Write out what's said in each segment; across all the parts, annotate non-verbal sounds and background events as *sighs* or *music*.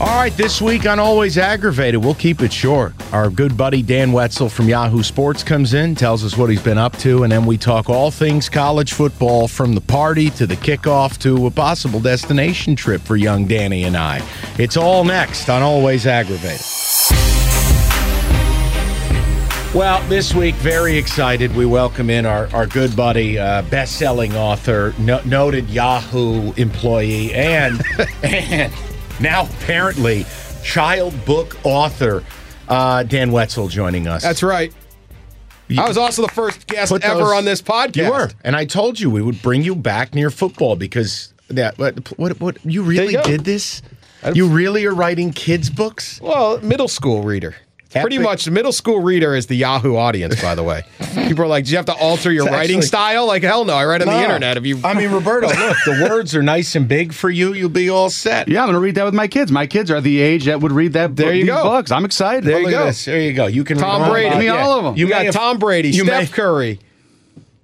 All right, this week on Always Aggravated, we'll keep it short. Our good buddy Dan Wetzel from Yahoo Sports comes in, tells us what he's been up to, and then we talk all things college football from the party to the kickoff to a possible destination trip for young Danny and I. It's all next on Always Aggravated. Well, this week, very excited. We welcome in our, our good buddy, uh, best selling author, no, noted Yahoo employee, *laughs* and, and now apparently child book author, uh, Dan Wetzel joining us. That's right. I was also the first guest Put ever those- on this podcast. You were. And I told you we would bring you back near football because that, what, what, what you really go. did this? You really are writing kids' books? Well, middle school reader. It's Pretty Epic. much, the middle school reader is the Yahoo audience. By *laughs* the way, people are like, "Do you have to alter your It's writing actually- style?" Like, hell no! I write on the No. internet. If you, I mean, Roberto, look, the words are nice and big for you. You'll be all set. Yeah, I'm going to read that with my kids. My kids are the age that would read that. There book- you these go. books. I'm excited. There you Look at go. this. There you go. You can Tom read on Brady. about- I mean, all of 'em. you may got have- Tom Brady, you may Steph have- Curry,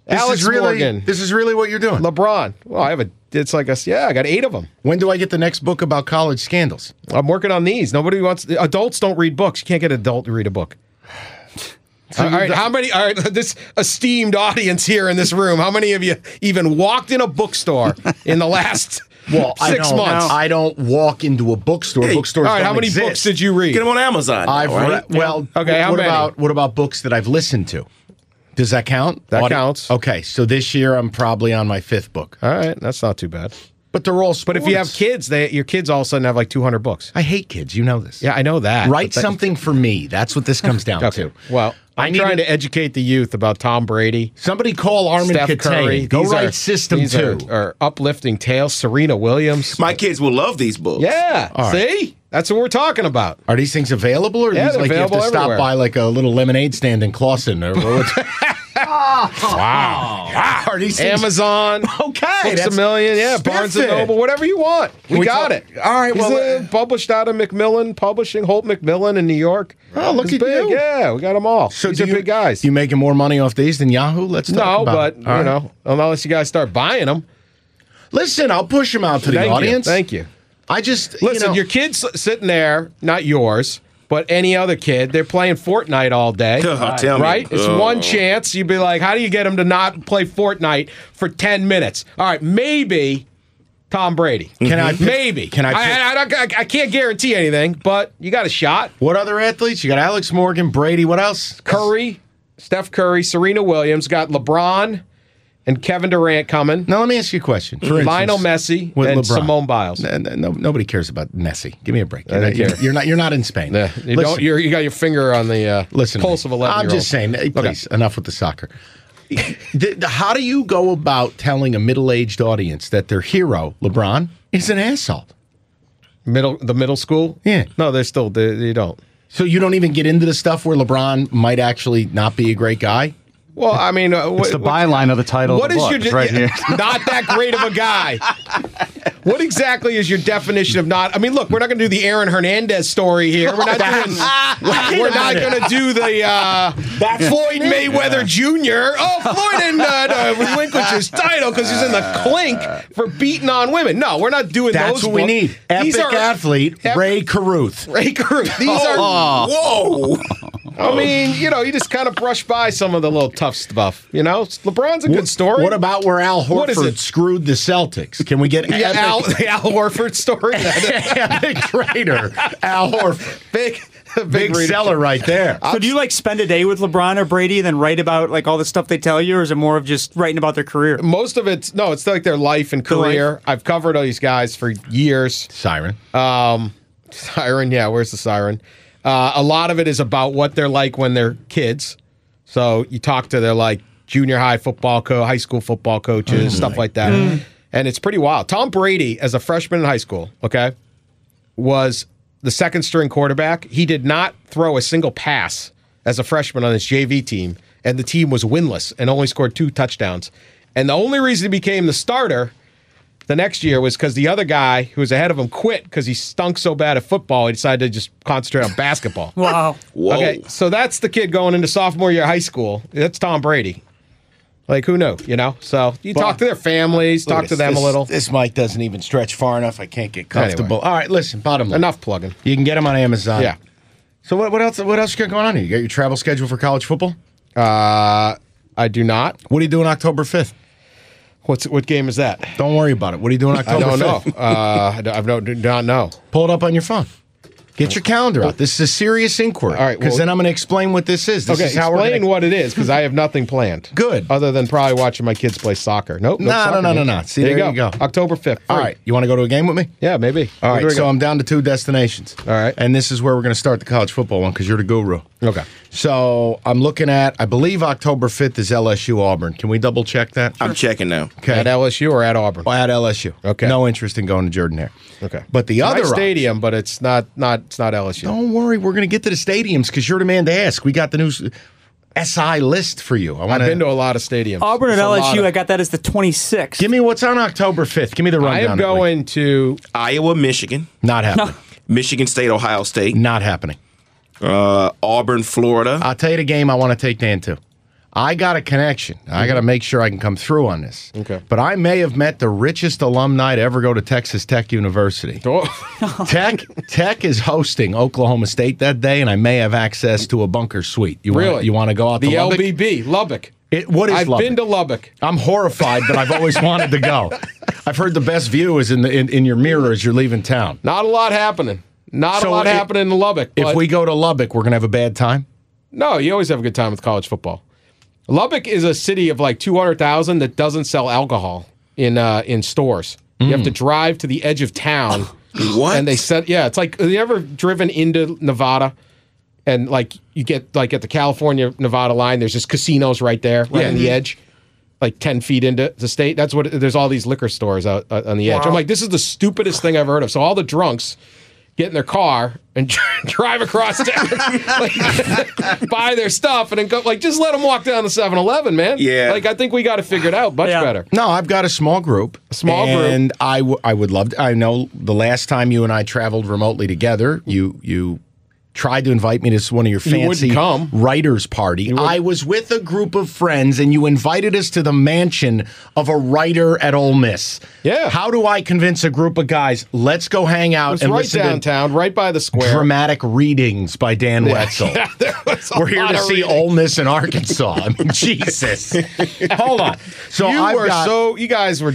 This Alex is really, Morgan, This is really what you're doing. LeBron. Well, I have a. It's like a. Yeah, I got eight of them. When do I get the next book about college scandals? I'm working on these. Nobody wants. Adults don't read books. You can't get an adult to read *sighs* a book. all right, how many? All right, this esteemed audience here in this room. How many of you even walked in *laughs* a bookstore in the last six I don't, months? I don't walk into a bookstore. Bookstores. all right, how don't many exist. books did you read? Get them on Amazon. now, I've right? read. Well, Okay, how what many? about what about books that I've listened to? Does that count? That Audi- counts. Okay, so this year I'm probably on my fifth book, all right, that's not too bad. but they're all. But if you have sports. kids, they your kids all of a sudden have like 200 books. I hate kids. You know this. Yeah, I know that. Write But that- something for me. That's what this comes down *laughs* *laughs* Okay. to. Well, I I'm need trying to- to educate the youth about Tom Brady. Somebody call Armin Steph Katane. Curry. Go These write are- System these Two. are, are uplifting tales. Serena Williams. My kids will love these books. Yeah. All right. See? That's what we're *laughs* talking about. Are these things available, or are Yeah, these they're like you have to available stop everywhere. by like a little lemonade stand in Clawson? Or *laughs* wow! Wow! Are these things- Oh. Amazon. Okay, Books a that's- Million. Yeah. Spiff Barnes and it. Noble. Whatever you want. We, We got talk- it. All right, He's, well, uh, published out of Macmillan Publishing, Holt Macmillan in New York. Oh, look It's at big. you. Yeah. We got them all. So These do are you, big guys. You making more money off these than Yahoo? Let's talk no, about but, it. you All right. know, unless you guys start buying them. Listen, I'll push them out to the Thank audience. you. Thank you. I just Listen, you know, your kids sitting there, not yours, but any other kid, they're playing Fortnite all *laughs* day. Tell me. right? It's Oh. one chance. You'd be like, how do you get him to not play Fortnite for 10 minutes? All right, maybe Tom Brady. Mhm. Can I pick- Maybe. can I pick- I, I, don't- I can't guarantee anything, but you got a shot. what other athletes? You got Alex Morgan, Brady. What else? Curry, Steph Curry, Serena Williams, got LeBron and Kevin Durant coming. Now let me ask you a question. For Lionel instance, Messi and Simone Biles. No, no, no- nobody cares about Messi. Give me a break. You're, don't not, you're, care. you're not. You're not in Spain. Uh, Yeah, you, Listen. don't, you're, you got your finger on the uh, Listen, to pulse of me. 11 I'm just saying, hey, please, enough with the soccer. The- the- how do you go about telling a middle-aged audience that their hero, LeBron, is an asshole? Middle, the middle school? Yeah. No, they're still, they, they don't. So you don't even get into the stuff where LeBron might actually not be a great guy. Well, I mean, uh, It's what, the what- byline of the title. What of *laughs* is the book. your It's right yeah, here? Not that great of a guy. What exactly is your definition of not? I mean, look, we're not going to do the Aaron Hernandez story here. We're not doing. *laughs* we're not going to do the uh, Floyd Mayweather Jr. Oh, Floyd and uh, uh, relinquish his title because he's in the clink for beating on women. No, we're not doing That's those. what we books. need. These Epic are athlete Ep- Ray Caruth. Ray Carew. These Oh. are whoa. I mean, you know, you just kind of brush by some of the little tough stuff. You know, LeBron's a good story. What about where Al What is Horford it? screwed the Celtics? Can we get yeah, epic, Al, the Al Horford story? *laughs* epic trader Al Horford? big, big, Big reader. seller right there. So do you like spend a day with LeBron or Brady and then write about like all the stuff they tell you, or is it more of just writing about their career? Most of it's no, it's like their life and life. career. I've covered all these guys for years. Siren. Um, siren, yeah, where's the siren? Uh, a lot of it is about what they're like when they're kids. So you talk to their like junior high football co, high school football coaches, stuff like that, and it's pretty wild. Tom Brady, as a freshman in high school, okay, was the second string quarterback. He did not throw a single pass as a freshman on his JV team, and the team was winless and only scored two touchdowns. And the only reason he became the starter the next year was because the other guy who was ahead of him quit because he stunk so bad at football, he decided to just concentrate on *laughs* basketball. Wow. Whoa. Okay, so that's the kid going into sophomore year of high school. That's Tom Brady. Like, who knew, you know? So you Well, talk to their families, talk to them this, a little. This mic doesn't even stretch far enough. I can't get comfortable. All right, listen. Bottom line. Enough plugging. You can get them on Amazon. Yeah. So what, what else? What else you got going on here? You got your travel schedule for college football? Uh, I do not. What are you doing October fifth? What's What game is that? Don't worry about it. What are you doing I October don't fifth? know. Uh, I don't- I don't, do not know. Pull it up on your phone. Get your calendar out. This is a serious inquiry. All right, because well- then I'm going to explain what this is. This okay, is how explain we're gonna, what it is because I have nothing planned. Good. Other than probably watching my kids play soccer. Nope. No, no, soccer no, no, games. no. See, there you go. October 5th. All right, you want to go to a game with me? Yeah, maybe. All Here right, we so go. I'm down to two destinations. All right. and this is where we're going to start the college football one because you're the guru. Okay. So I'm looking at, I believe October 5th is LSU Auburn. Can we double check that? I'm checking now. At LSU or at Auburn? Well, at LSU. Okay. No interest in going to Jordan Hare. Okay. But the Nice other stadium, but it's not not it's not LSU. Don't worry, we're going to get to the stadiums because you're the man to ask. We got the new s- SI list for you. I want I've been to a lot of stadiums. *laughs* Auburn and It's a lot LSU, of- I got that as the 26th. Give me what's on October 5th. Give me the rundown. I am that week. going to Iowa, Michigan, Not *laughs* happening. Michigan State, Ohio State, Not happening. uh, Auburn, Florida. I'll tell you the game I want to take Dan to. I got a connection. I got to make sure I can come through on this. Mm-hmm. Okay. But I may have met the richest alumni to ever go to Texas Tech *laughs* University. *laughs* Tech Tech is hosting Oklahoma State that day, and I may have access to a bunker suite. You really. Want, you want to go out the to Lubbock? LBB Lubbock? It- what is I've Lubbock? been to Lubbock. I'm horrified, but I've always wanted to *laughs* go. I've heard the best view is in the in, in your mirror as you're leaving town. Not a lot happening. Not So a lot it- happening in Lubbock. If but- we go to Lubbock, we're gonna have a bad time. no, you always have a good time with college football. Lubbock is a city of like two hundred thousand that doesn't sell alcohol in uh, in stores. You have to drive to the edge of town. what? And they said, yeah, it's like, have you ever driven into Nevada? And like you get like at the California Nevada line, there's just casinos right there, right on the edge, like ten feet into the state. That's what there's all these liquor stores out uh, on the edge. I'm like, this is the stupidest thing I've heard of. So all the drunks get in their car and *laughs* drive across town, *laughs* like, *laughs* buy their stuff, and then go. Like just let them walk down the 7-Eleven, man. Yeah. Like I think we got it figured out much Yeah. better. No, I've got a small group. A small group. And I, w- I would love to. I know the last time you and I traveled remotely together, you you tried to invite me to s- one of your You wouldn't fancy come. writers party. I was with a group of friends and you invited us to the mansion of a writer at Ole Miss. Yeah. How do I convince a group of guys, let's go hang out It's and right listen to downtown, right by the square. dramatic readings by Dan Wetzel? *laughs* There was a We're here lot to of see reading. Ole Miss in Arkansas. I mean, *laughs* *laughs* Jesus. Hold on. So you I've were got, so you guys were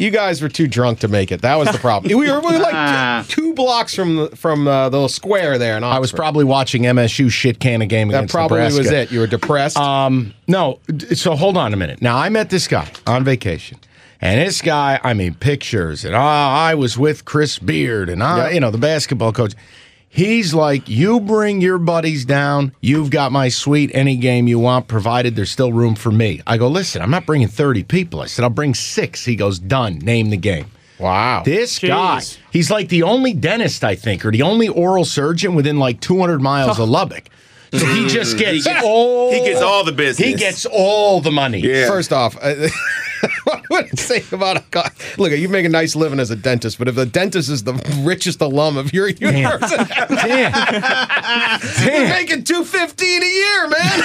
you guys were too drunk to make it. That was the problem. we were, we were like t- two blocks from the, from uh, the little square there, and I was probably watching MSU shit can a game that against probably Nebraska. was it. You were depressed. Um, no, d- so hold on a minute. Now I met this guy on vacation, and this guy, I mean, pictures, and ah, I, I was with Chris Beard, and I, Yep. you know, the basketball coach. He's like, you bring your buddies down. You've got my suite, any game you want, provided there's still room for me. I go, listen, I'm not bringing 30 people. I said, I'll bring six. He goes, done. Name the game. wow. This guy, he's like the only dentist, I think, or the only oral surgeon within like 200 miles of Lubbock. So he Mm-hmm. just gets all he gets all the business. He gets all the money. *laughs* Yeah. First off, uh, what would it say about a guy? Look, you make a nice living as a dentist, but if the dentist is the richest alum of your university, *laughs* you're making two fifteen a year, man.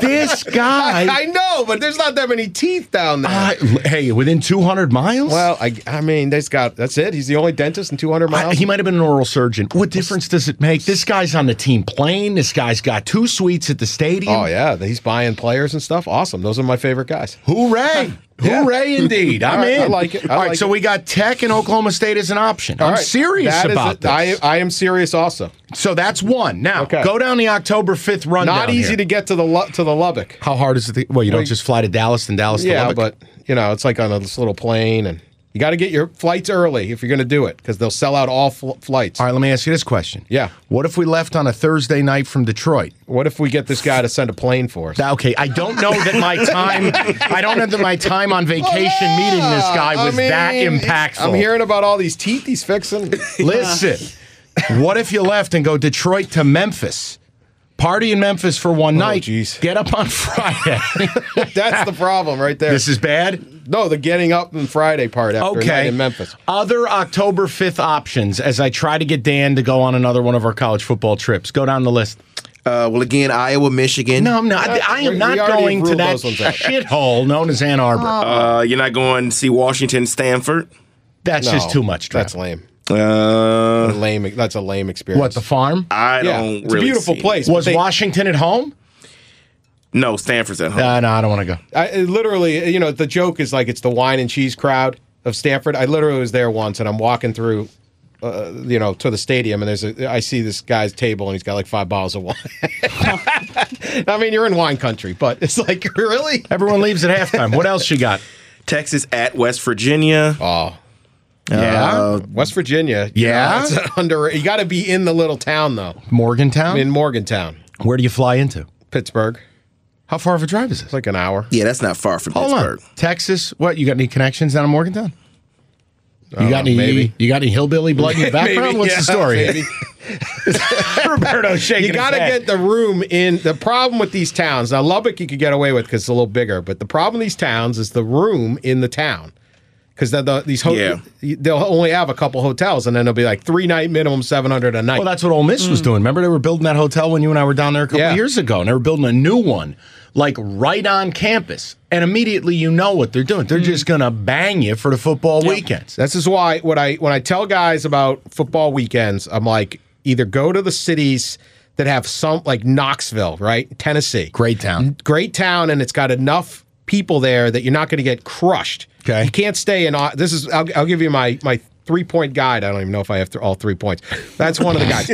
this guy. *laughs* I know, but there's not that many teeth down there. I- hey, within 200 miles? well, I, I mean, that's got that's it. He's the only dentist in 200 I- miles. he might have been an oral surgeon. What difference does it make? This guy's on the team plane. This guy's got two suites at the stadium. oh yeah, he's buying players and stuff. Awesome. Those are my favorite guys. Hooray! Yeah. Hooray indeed. I'm All right, in. I like it. I All right, like so it. we got Tech and Oklahoma State as an option. All I'm right, serious that is about it. this. I, I am serious also. so that's one. Now, Okay. go down the October 5th run. Not easy to get to the Lu- to the Lubbock. How hard is it? To, well, you don't just fly to Dallas and Dallas yeah, to Lubbock. but you know, it's like on this little plane, and you got to get your flights early if you're going to do it because they'll sell out all fl- flights. All right, let me ask you this question. Yeah. What if we left on a Thursday night from Detroit? What if we get this guy to send a plane for us? Th- Okay, I don't know that *laughs* my time. I don't know that my time on vacation meeting this guy I was that mean, impactful. I'm hearing about all these teeth he's fixing. *laughs* *laughs* Listen, what if you left and go Detroit to Memphis? Party in Memphis for one night. Oh, jeez. Get up on *laughs* *laughs* Friday. That's the problem right there. this is bad. no, the getting up on Friday part after a Okay. night in Memphis. Other October 5th options as I try to get Dan to go on another one of our college football trips. Go down the list. Uh, well, again, Iowa, Michigan. No, I'm not. I am we- not we already going to ruled that those ones out. Oh. shithole known as Ann Arbor. Uh, you're not going to see Washington, Stanford. That's No, just too much. Travel. That's lame. Uh, Lame. That's a lame experience. What the farm? I Yeah, don't it's a really beautiful see it. place. Was but they- Washington at home? No, Stanford's at home. Uh, no, I don't want to go. I it literally, you know, the joke is like it's the wine and cheese crowd of Stanford. I literally was there once, and I'm walking through, uh, you know, to the stadium, and there's a I see this guy's table, and he's got like five bottles of wine. *laughs* I mean, you're in wine country, but it's like *laughs* really. Everyone leaves at halftime. What else you got? Texas at West Virginia. Oh, Yeah. West Virginia. you Yeah? know, it's *laughs* an under. You got to be in the little town though, Morgantown? in Morgantown, Where do you fly into? Pittsburgh. How far of a drive is this? It's like an hour. Yeah, that's not far from Pittsburgh. Texas. What? You got any connections down in Morgantown? You got any? Uh, maybe. You got any hillbilly blood in *laughs* your background? What's the story? here? Roberto shaking. You got to get the room in. The problem with these towns now, Lubbock you could get away with because it's a little bigger, but the problem with these towns is the room in the town because the, the, these ho- Yeah. they'll only have a couple hotels and then they'll be like three night minimum seven hundred a night. Well, that's what Ole Miss was doing. Remember, they were building that hotel when you and I were down there a couple Yeah. years ago, and they were building a new one, like right on campus. And immediately, you know what they're doing. Mm-hmm. They're just gonna bang you for the football weekends. This is why when I when I tell guys about football weekends, I'm like either go to the cities that have some like Knoxville, right, Tennessee, Great town. great town, and it's got enough people there that you're not going to get crushed. Okay. you can't stay in. Au- This is I'll, I'll give you my my three point guide. I don't even know if I have th- all three points. That's one of *laughs* the guys.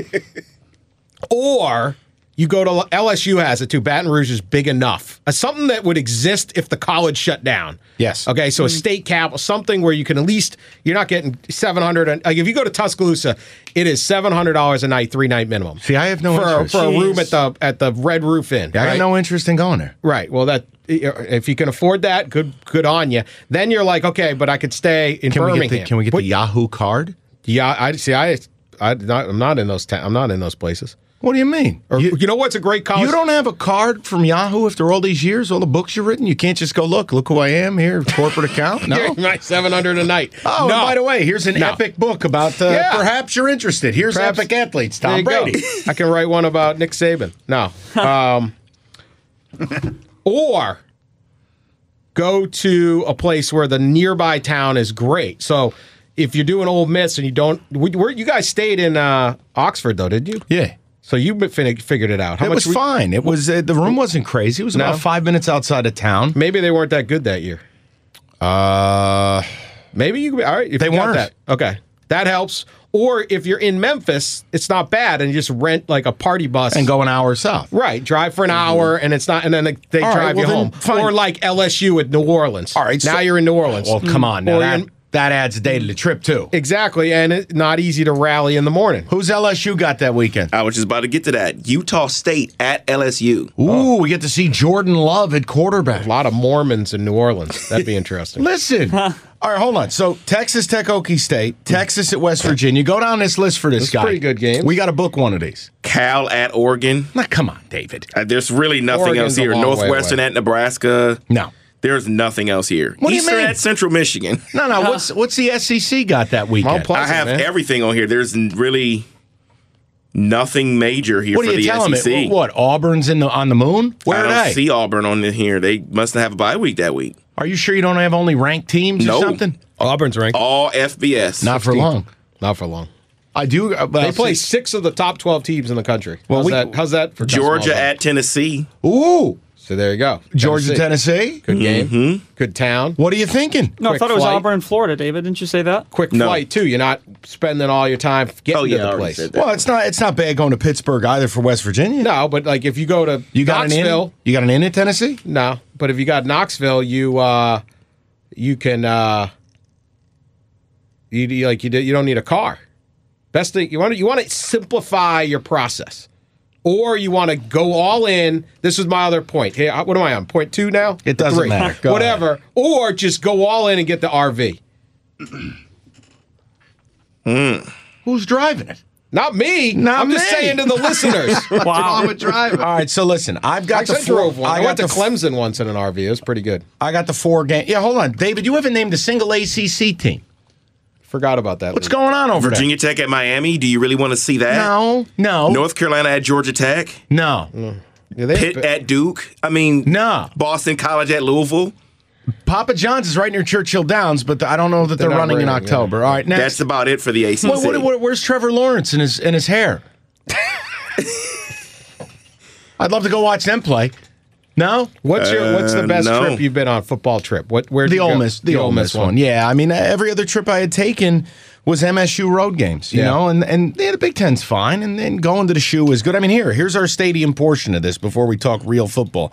or you go to LSU has it too. Baton Rouge is big enough. Uh, something that would exist if the college shut down. Yes. Okay. So a state capital, something where you can at least you're not getting seven hundred. Like if you go to Tuscaloosa, it is seven hundred dollars a night, three night minimum. See, I have no for a, interest. for a room at the at the Red Roof Inn. I right? got no interest in going there. Right. Well, that if you can afford that, good good on you. Then you're like, okay, but I could stay in Can Birmingham. we get the, Can we get But- the Yahoo card? Yeah, I see. I, I not, I'm not in those. Ta- I'm not in those places. What do you mean? Or You- you, know what's a great college? *laughs* You don't have a card from Yahoo after all these years, all the books you've written. You can't just go look. Look who I am here, corporate *laughs* account. No. seven hundred a night. *laughs* Oh, no. and by the way, here's an No. epic book about. Uh, Yeah. Perhaps you're interested. Here's Perhaps- epic athletes. There Tom you go. Brady. *laughs* I can write one about Nick Saban. *laughs* No. Um, or go to a place where the nearby town is great. So if you're doing Old Miss and you don't, we- where you guys stayed in uh, Oxford though, did you? Yeah. So you fin- figured it out. How it much was were- fine. It was uh, the room wasn't crazy. It was about No? five minutes outside of town. Maybe they weren't that good that year. Uh, Maybe you all right. If They you got weren't. that. Okay, that helps. Or if you're in Memphis, it's not bad, and you just rent like a party bus and go an hour south. Right, drive for an hour, and it's not, and then they, they All right, drive well you then, home. fine. Or like LSU at New Orleans. All right, now so- you're in New Orleans. Well, come on. Now Or that, in- that adds a day to the trip too. exactly, and it's not easy to rally in the morning. Who's LSU got that weekend? I was just about to get to that. Utah State at LSU. Oh. Ooh, we get to see Jordan Love at quarterback. A lot of Mormons in New Orleans. *laughs* That'd be interesting. Listen. All right, hold on. So Texas Tech, Okie State, Texas at West Virginia. Go down this list for this That's guy. pretty good games. We got to book one of these. Cal at Oregon. Now, come on, David. Uh, there's really nothing Oregon's else a here. long way Northwestern away. at Nebraska. No. There's nothing else here. What do you Eastern mean? at Central Michigan. No, no. What's what's the SEC got that weekend? Mount Pleasant, I have man. everything on here. There's n- really nothing major here what for are you the telling SEC. me? What, what Auburn's in the on the moon? Where I are don't they? see Auburn on in here. They must have a bye week that week. are you sure you don't have only ranked teams No. Oh, or something? Auburn's ranked. All FBS. Not for long. Not for long. I do. uh, But They I'll play see- six of the top twelve teams in the country. How's we- that? How's that for Georgia Tuscaloosa? at Tennessee. Ooh. So there you go. Georgia, Tennessee. Good game. Mm-hmm. Good town. What are you thinking? No, I Quick thought it was flight. Auburn, Florida, David. Didn't you say that? Quick No. flight too. You're not spending all your time getting Oh, yeah, I to the already place. said that. Well, it's not. It's not bad going to Pittsburgh either for West Virginia. No, but like if you go to You got an in. Knoxville, You got an in at Tennessee. no. But if you got Knoxville, you uh, you can uh, you, you like you do, you don't need a car. Best thing you want to you want to simplify your process, or you want to go all in. This is my other point. Hey, I- what am I on? Point two now. It doesn't Three. matter. Go Whatever, or just go all in and get the RV. Who's driving it? Not me. Not I'm just me. saying *laughs* to the listeners. Wow. would drive All right, so listen, I've got the I four. drove one. I, got went to the f- Clemson once in an RV. It was pretty good. I got the four game. Yeah, hold on, David. You haven't named a single ACC team. Forgot about that. What's league. going on over Virginia Tech at Miami. Do you really want to see that? there? No, no, North Carolina at Georgia Tech. no. Yeah, they- Pitt at Duke. I mean, No. Boston College at Louisville. Papa John's is right near Churchill Downs, but I don't know that they're, not running in running, yeah. October. All right, next. That's about it for the E ACC. What- what- what- where's Trevor Lawrence and his and his *laughs* hair? I'd love to go watch them play. No, What's your What's the Uh, best no. trip you've been on? Football trip? What? Where? the Ole Miss, the, Ole Miss one. Yeah, I mean every other trip I had taken was MSU road games, you Yeah. know, and and yeah, the Big Ten's fine, and then going to the shoe is good. I mean, here here's our stadium portion of this before we talk real football.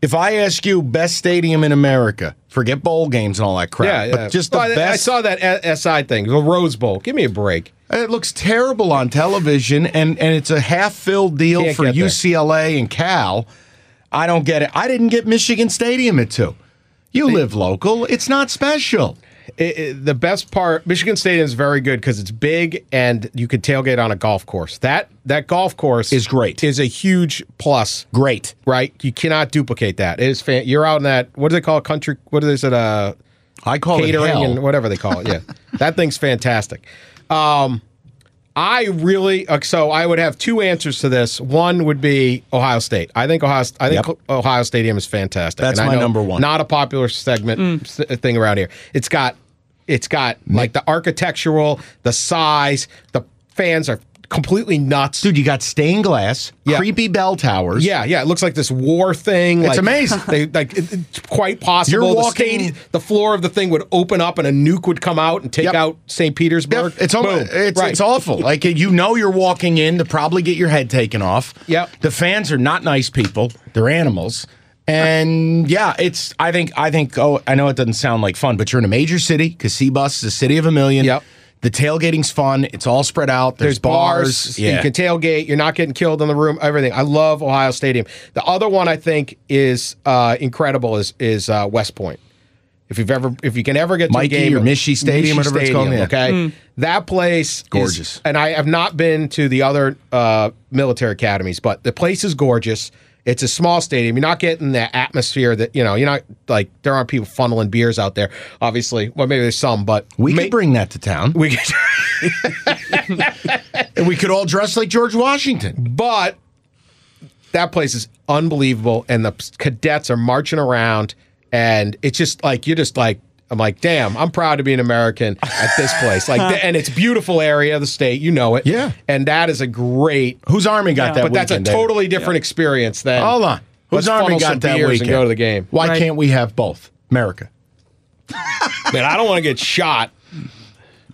If I ask you best stadium in America, forget bowl games and all that crap, Yeah, yeah. but just the Well, I- best. I saw that A- SI thing, the Rose Bowl. Give me a break. It looks terrible on television, and, and it's a half filled deal Can't for get there. UCLA and Cal. I don't get it. I didn't get Michigan Stadium at two. You live local, it's not special. It- it- the best part, Michigan Stadium is very good because it's big and you can tailgate on a golf course. That that golf course Is great. Is a huge plus. Great. Right? You cannot duplicate that. It is fan. You're out in that. What do they call it? Country. What is it? Uh, I call it catering hell. and whatever they call it. *laughs* Yeah, that thing's fantastic. Um, I really uh, so I would have two answers to this. One would be Ohio State. I think Ohio I think Yep. Ohio Stadium is fantastic. That's I my know number one. Not a popular segment s- uh, thing around here. It's got it's got like the architectural, the size, the fans are completely nuts. Dude, you got stained glass, Yeah. creepy bell towers. Yeah, yeah. It looks like this war thing. It's like, amazing. *laughs* They, like it- it's quite possible. You're the walking- stadium- the floor of the thing would open up and a nuke would come out and take Yep. out St. Petersburg. Yep, It's almost Boom. it's, Right. it's awful. Like you know, you're walking in to probably get your head taken off. Yep. The fans are not nice people. They're animals. And yeah, it's. I think. I think. Oh, I know it doesn't sound like fun, but you're in a major city. Casibus is a city of a million. Yep. The tailgating's fun. It's all spread out. There's, There's bars. You can tailgate. You're not getting killed in the room. Everything. I love Ohio Stadium. The other one I think is uh, incredible is is uh, West Point. If you've ever, if you can ever get to Mikey a game or at Mishy Stadium, whatever it's called, yeah. okay, that place is- Gorgeous. and I have not been to the other uh, military academies, but the place is gorgeous. It's a small stadium. You're not getting the atmosphere that you know. You're not like there aren't people funneling beers out there. Obviously, well maybe there's some, but we ma- could bring that to town, *laughs* we could. and we could all dress like George Washington. But that place is unbelievable, and the cadets are marching around, and it's just like you're just like I'm like, damn, I'm proud to be an American at this place. *laughs* Like, and it's beautiful area of the state, you know it. Yeah. and that is a great. Whose army got that? But that's a weekend, David? totally different experience than. Hold on. Let's Whose army funnel some got that beers weekend? and go to the game. Why Right. can't we have both? America. Man, I don't want to get shot.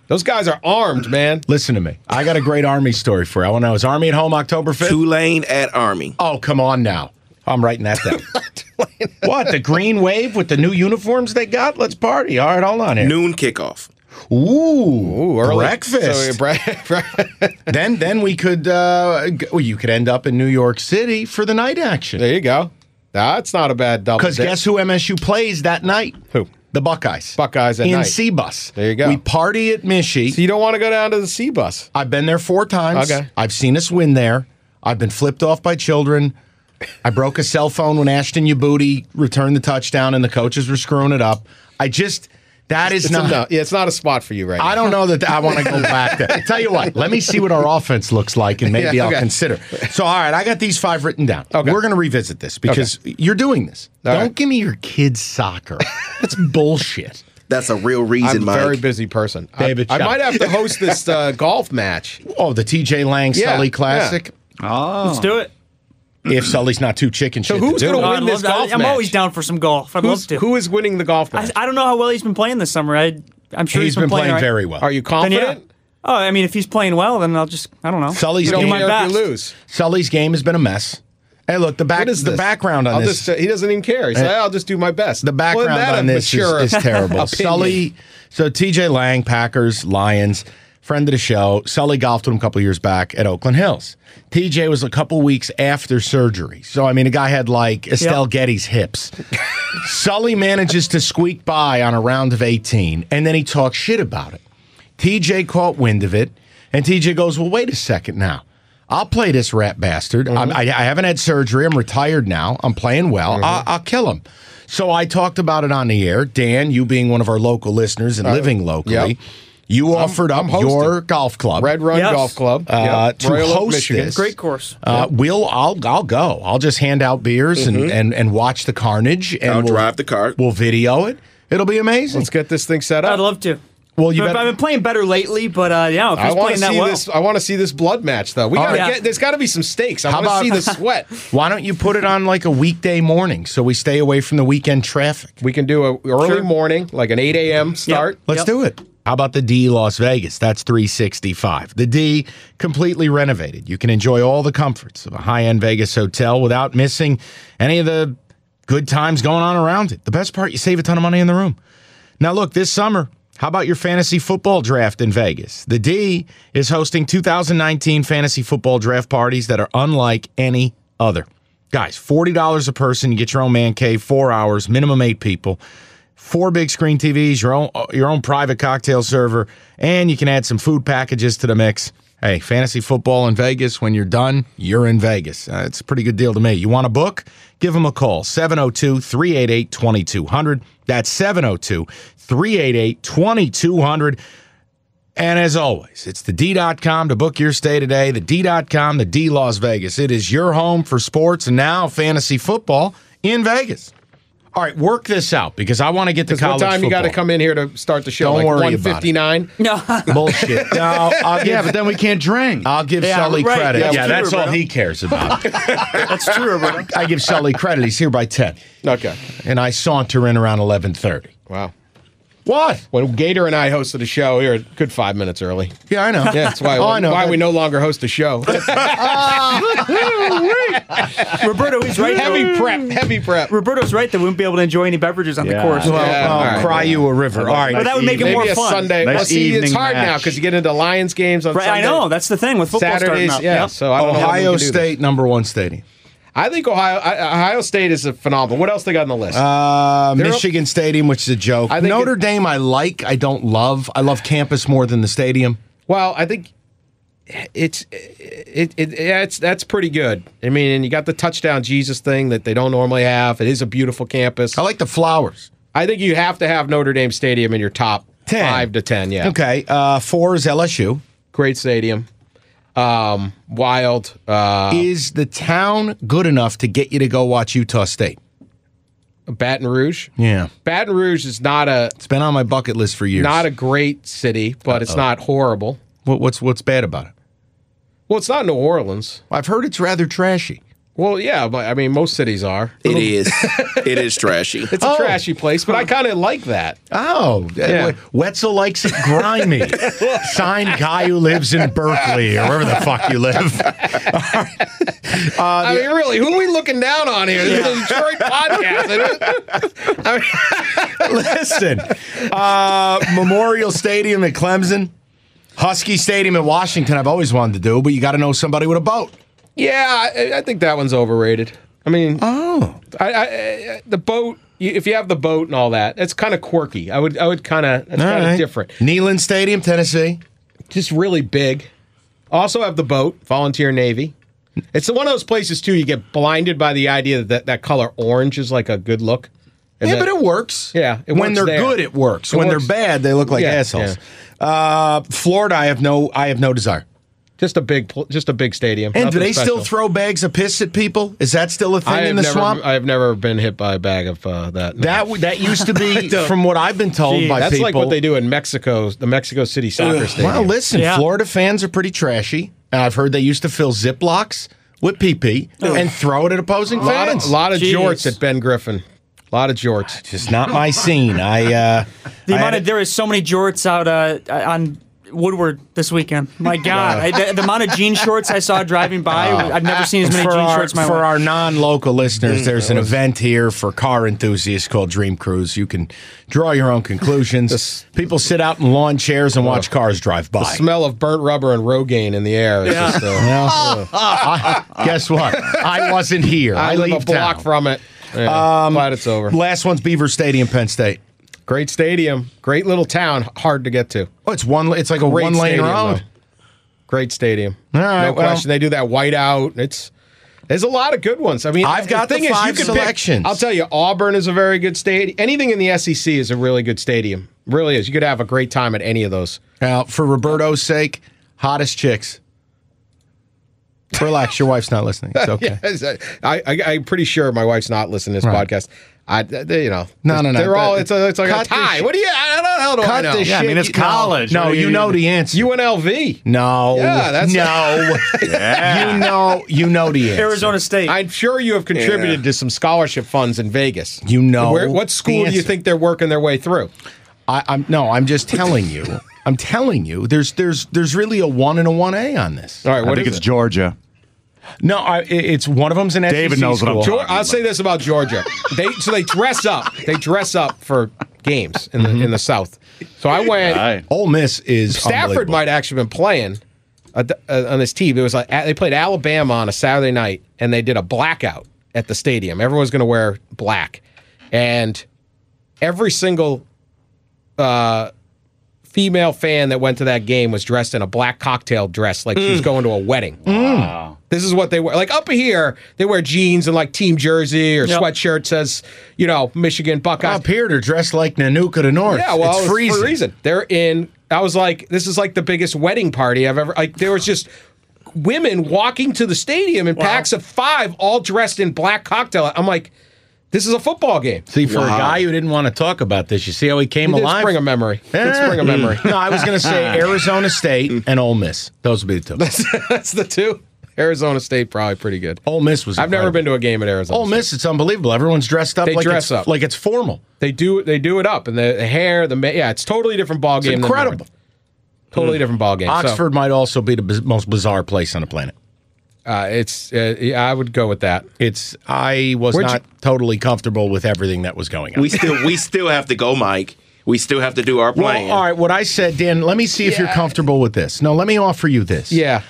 Those guys are armed, man. Listen to me. I got a great Army story for you. When I was Army at Home October 5th. Tulane at Army. Oh, come on now. I'm writing that *laughs* down. what, the green wave with the new uniforms they got? Let's party. All right, hold on here. Noon kickoff. Ooh, Early- breakfast. So, bre- *laughs* then then we could, uh, g- well, you could end up in New York City for the night action. there you go. That's not a bad double. Because dip. guess who MSU plays that night? Who? The Buckeyes. Buckeyes at in night. Seabus. There you go. We party at Michi. So you don't want to go down to the sea bus. I've been there four times. Okay. I've seen us win there. I've been flipped off by children. I broke a cell phone when Ashton Yabuti returned the touchdown and the coaches were screwing it up. I just that is It's not. not, yeah, it's not a spot for you right I don't know that I want to go back there. Tell you what, let me see what our offense looks like and maybe *laughs* Yeah, I'll okay. consider. So, all right, I got these five written down. Okay. We're going to revisit this because you're doing this. All don't right. give me your kids' soccer. That's *laughs* bullshit. That's a real now. reason, I'm a Mike. very busy person. I- David I, Shaw. might have to host *laughs* this uh, golf match. Oh, the TJ Lang Yeah, Sully yeah. Classic. Oh, Let's do it. If Sully's not too chicken shit. who's to do gonna it. win I'd this love to- golf I'm always match? down for some golf. I'd Who's, love to. who is winning the golf I, match? I don't know how well he's been playing this summer. I, I'm sure He's been, been playing right. very well. Are you Then, yeah. confident? Oh, I mean, if he's playing well, then I'll just I don't know. Sully's You do don't game. my care if best. you lose. Sully's game has been a mess. Hey, look the back. What is the this? background on I'll this? Just, uh, he doesn't even care. He said, "I'll just do my best." the background Wasn't that a on this is, mature is terrible. *laughs* opinion? Sully, so TJ Lang, Packers, Lions, friend of the show. Sully golfed with him a couple years back at Oakland Hills. TJ was a couple weeks after surgery. So, I mean, the guy had like Estelle Yep. Getty's hips. *laughs* Sully manages to squeak by on a round of 18, and then he talks shit about it. TJ caught wind of it, and TJ goes, Well, wait a second now. I'll play this rat bastard. Mm-hmm. I'm, I, I haven't had surgery. I'm retired now. I'm playing well. I, I'll kill him. So I talked about it on the air. Dan, you being one of our local listeners and Uh, living locally, yeah. you offered up hosting. your golf club. Red Run Yes. Golf Club Uh, Yep. to Royal Oak, host Michigan. this. Great course. Uh, We'll I'll I'll go. I'll just hand out beers and, and and watch the carnage. And Mm-hmm. I'll we'll- drive the cart. We'll video it. It'll be amazing. Let's get this thing set up. I'd love to. Well, you But better- I've been playing better lately, but uh, yeah, if I he's want to playing that see well, this. I want to see this blood match, though. We All gotta right. get. There's got to be some stakes. I How want to see the about- *laughs* sweat. Why don't you put it on like a weekday morning so we stay away from the weekend traffic? We can do a early Sure. morning, like an 8 a.m. start. Let's Yep. do it. How about the D Las Vegas? That's 365. The D completely renovated. You can enjoy all the comforts of a high-end Vegas hotel without missing any of the good times going on around it. The best part, you save a ton of money in the room. Now look, this summer, how about your fantasy football draft in Vegas? The D is hosting 2019 fantasy football draft parties that are unlike any other. Guys, $40 a person, you get your own man cave, 4 hours, minimum 8 people four big screen TVs, your own your own private cocktail server, and you can add some food packages to the mix. Hey, fantasy football in Vegas, when you're done, you're in Vegas. Uh, it's a pretty good deal to me. You want to book? Give them a call, 702 388 2200. That's 702 388 2200. And as always, it's the D.com to book your stay today. The D.com, the D Las Vegas. It is your home for sports and now fantasy football in Vegas. All right, work this out because I want to get to Because what college time you got to football. come in here to start the show? Don't like worry about it. 159. no, Bullshit. No, I'll give, yeah, but then we can't drink. I'll give Yeah, Sully right. credit. Yeah, Yeah, true, that's all bro. he cares about. that's true, Roberto. I give Sully credit. He's here by 10. Okay. And I saunter in around 11.30. Wow. What? When Gator and I hosted a show, we were a good five minutes early. Yeah, I know. Yeah, that's why, Oh, I know. why we no longer host a *laughs* show. *laughs* Roberto, *laughs* he's right. though. heavy prep, heavy prep. Roberto's right that we wouldn't be able to enjoy any beverages on Yeah. the course. Well, Yeah, I'll all right. cry you a river. All right. But that would make it Maybe more a fun. Sunday. Nice well, see, it's evening hard now match. because you get into Lions games on Right, I Sunday. know that's the thing with football starting Saturdays, up. yeah. Yep. So I don't know how we Ohio can do this. State, number one stadium. I think Ohio I- Ohio State is a phenomenal. What else they got on the list? Uh, They're- Michigan Stadium, which is a joke. I think Notre it- Dame, I like. I don't love. I love campus more than the stadium. well, I think it's it, it, it's that's pretty good. I mean, and you got the touchdown Jesus thing that they don't normally have. It is a beautiful campus. I like the flowers. I think you have to have Notre Dame Stadium in your top 10. five to ten. Yeah, Okay. Uh, four is LSU. great stadium. Um, wild. Uh, is the town good enough to get you to go watch Utah State? Baton Rouge. Yeah. Baton Rouge is not a It's been on my bucket list for years. not a great city, but it's not horrible. What, what's what's bad about it? Well, it's not New Orleans. I've heard it's rather trashy. Well, yeah, but I mean, most cities are. It is. it is trashy. It's a trashy place, but I kind of like that. Oh, Yeah. Wetzel likes it grimy. Signed guy who lives in Berkeley or wherever the fuck you live. I mean, really, who are we looking down on here? This is a Detroit podcast. isn't it? Listen, uh, Memorial Stadium at Clemson, Husky Stadium at Washington. I've always wanted to do, but you got to know somebody with a boat. Yeah, I, I think that one's overrated. I mean, Oh, I, I, I- the boat. you- If you have the boat and all that, it's kind of quirky. I would, I would kind of, it's kind of different. Neyland Stadium, Tennessee. Just really big. Also have the boat, volunteer navy. It's one of those places too. You get blinded by the idea that that color orange is like a good look. And Yeah, that- but it works. Yeah, it when works they're there. good, it works. It when they're works. bad, they look like Yeah, assholes. Uh, Florida, I have no, I have no desire. just a big, pl- just a big stadium. And do Nothing they still special. throw bags of piss at people? Is that still a thing I have in the never, swamp? I have never been hit by a bag of uh, that. no. that w- that used to *laughs* be, from what I've been told by that's people. like what they do in Mexico, the Mexico City soccer stadium. Well, listen, Yeah. Florida fans are pretty trashy. And I've heard they used to fill Ziplocs with PP and throw it at opposing a lot fans. of, lot of Jeez. jorts at Ben Griffin. A lot of jorts. Just not my scene. I uh, The I amount had of, there is so many jorts out uh, on Woodward this weekend. My God, I, the, the amount of jean shorts I saw driving by, I've never seen as *laughs* many for jean our, shorts in my for life. our non-local listeners, there's an event here for car enthusiasts called Dream Cruise. You can draw your own *laughs* conclusions. People sit out in lawn chairs and watch cars drive by. Smell of burnt rubber and Rogaine in the air. Is just, uh, I- *laughs* guess what? I wasn't here. I, I, live leave a block town. Um, from it. Yeah, glad it's over. Last one's Beaver Stadium, Penn State. Great stadium. Great little town. Hard to get to. Oh, it's one. It's like a Great one-lane stadium, road. though. Great stadium. All right, no well. question. They do that whiteout. It's there's a lot of good ones. I mean, I've got the five could selections. I'll tell you, Auburn is a very good stadium. Anything in the SEC is a really good stadium. Really is. You could have a great time at any of those. Now, for Roberto's sake, hottest chicks. Relax, your wife's not listening. It's *laughs* okay. I, uh, I, I'm pretty sure my wife's not listening to this Right. podcast. I, they, you know, No, no, no. They're all. That- It's, a, it's like cut a the tie. sh- what do you? I don't know. How do Oh, I Cut know? the Yeah, I shit. mean, it's No. college. No, What do you you- know the answer. UNLV. no. Yeah, that's- no. You know. You know the answer. Arizona State. I'm sure you have contributed Yeah. to some scholarship funds in Vegas. You know Where, what the school do you answer. think they're working their way through? I, I'm no. I'm just telling you. I'm telling you. There's there's there's really a one and a one A on this. All right, I what think it's is it? Georgia. No, I, it- it's one of them's an David SEC knows what I'm school. talking Geor- I'll say this *laughs* about Georgia. They so they dress up. They dress up for games in the Mm-hmm. in the South. So I went. Right. Ole Miss is Stafford unbelievable. might actually been playing uh, th- uh, on this team. It was like uh, they played Alabama on a Saturday night, and they did a blackout at the stadium. Everyone's going to wear black, and every single uh, female fan that went to that game was dressed in a black cocktail dress, like she was going to a wedding. This is what they wear. Like up here, they wear jeans and like team jersey or Yep. sweatshirt says, you know, Michigan Buckeyes. up here. They're dressed like Nanuka to North. Yeah, well, it's it was freezing. for a reason. They're in. I was like, this is like the biggest wedding party I've ever. Like, there was just women walking to the stadium in packs of five, all dressed in black cocktail. I'm like, this is a football game. See, for a guy who didn't want to talk about this, you see how he came Let's alive. bring a memory. Let's Yeah. bring a memory. no, *laughs* I was going to say Arizona State and Ole Miss. Those would be the two. That's the two. Arizona State probably pretty good. Ole Miss was. I've never incredible. been to a game at Arizona. Ole Miss. It's unbelievable. Everyone's dressed up. They like dress it's, up. like it's formal. State. They do they do it up and the, the hair, the ma- yeah, it's totally different ball game. than North. incredible. Mm. Totally different ball game. So, Oxford might also be the biz- most bizarre place on the planet. uh, it's uh, yeah, I would go with that. It's. I was Where'd not totally comfortable with everything that was going on. We still we still have to go, Mike. We still have to do our plan. well, all right. What I said, Dan. Let me see if you're comfortable with this. No, let me offer you this. Yeah.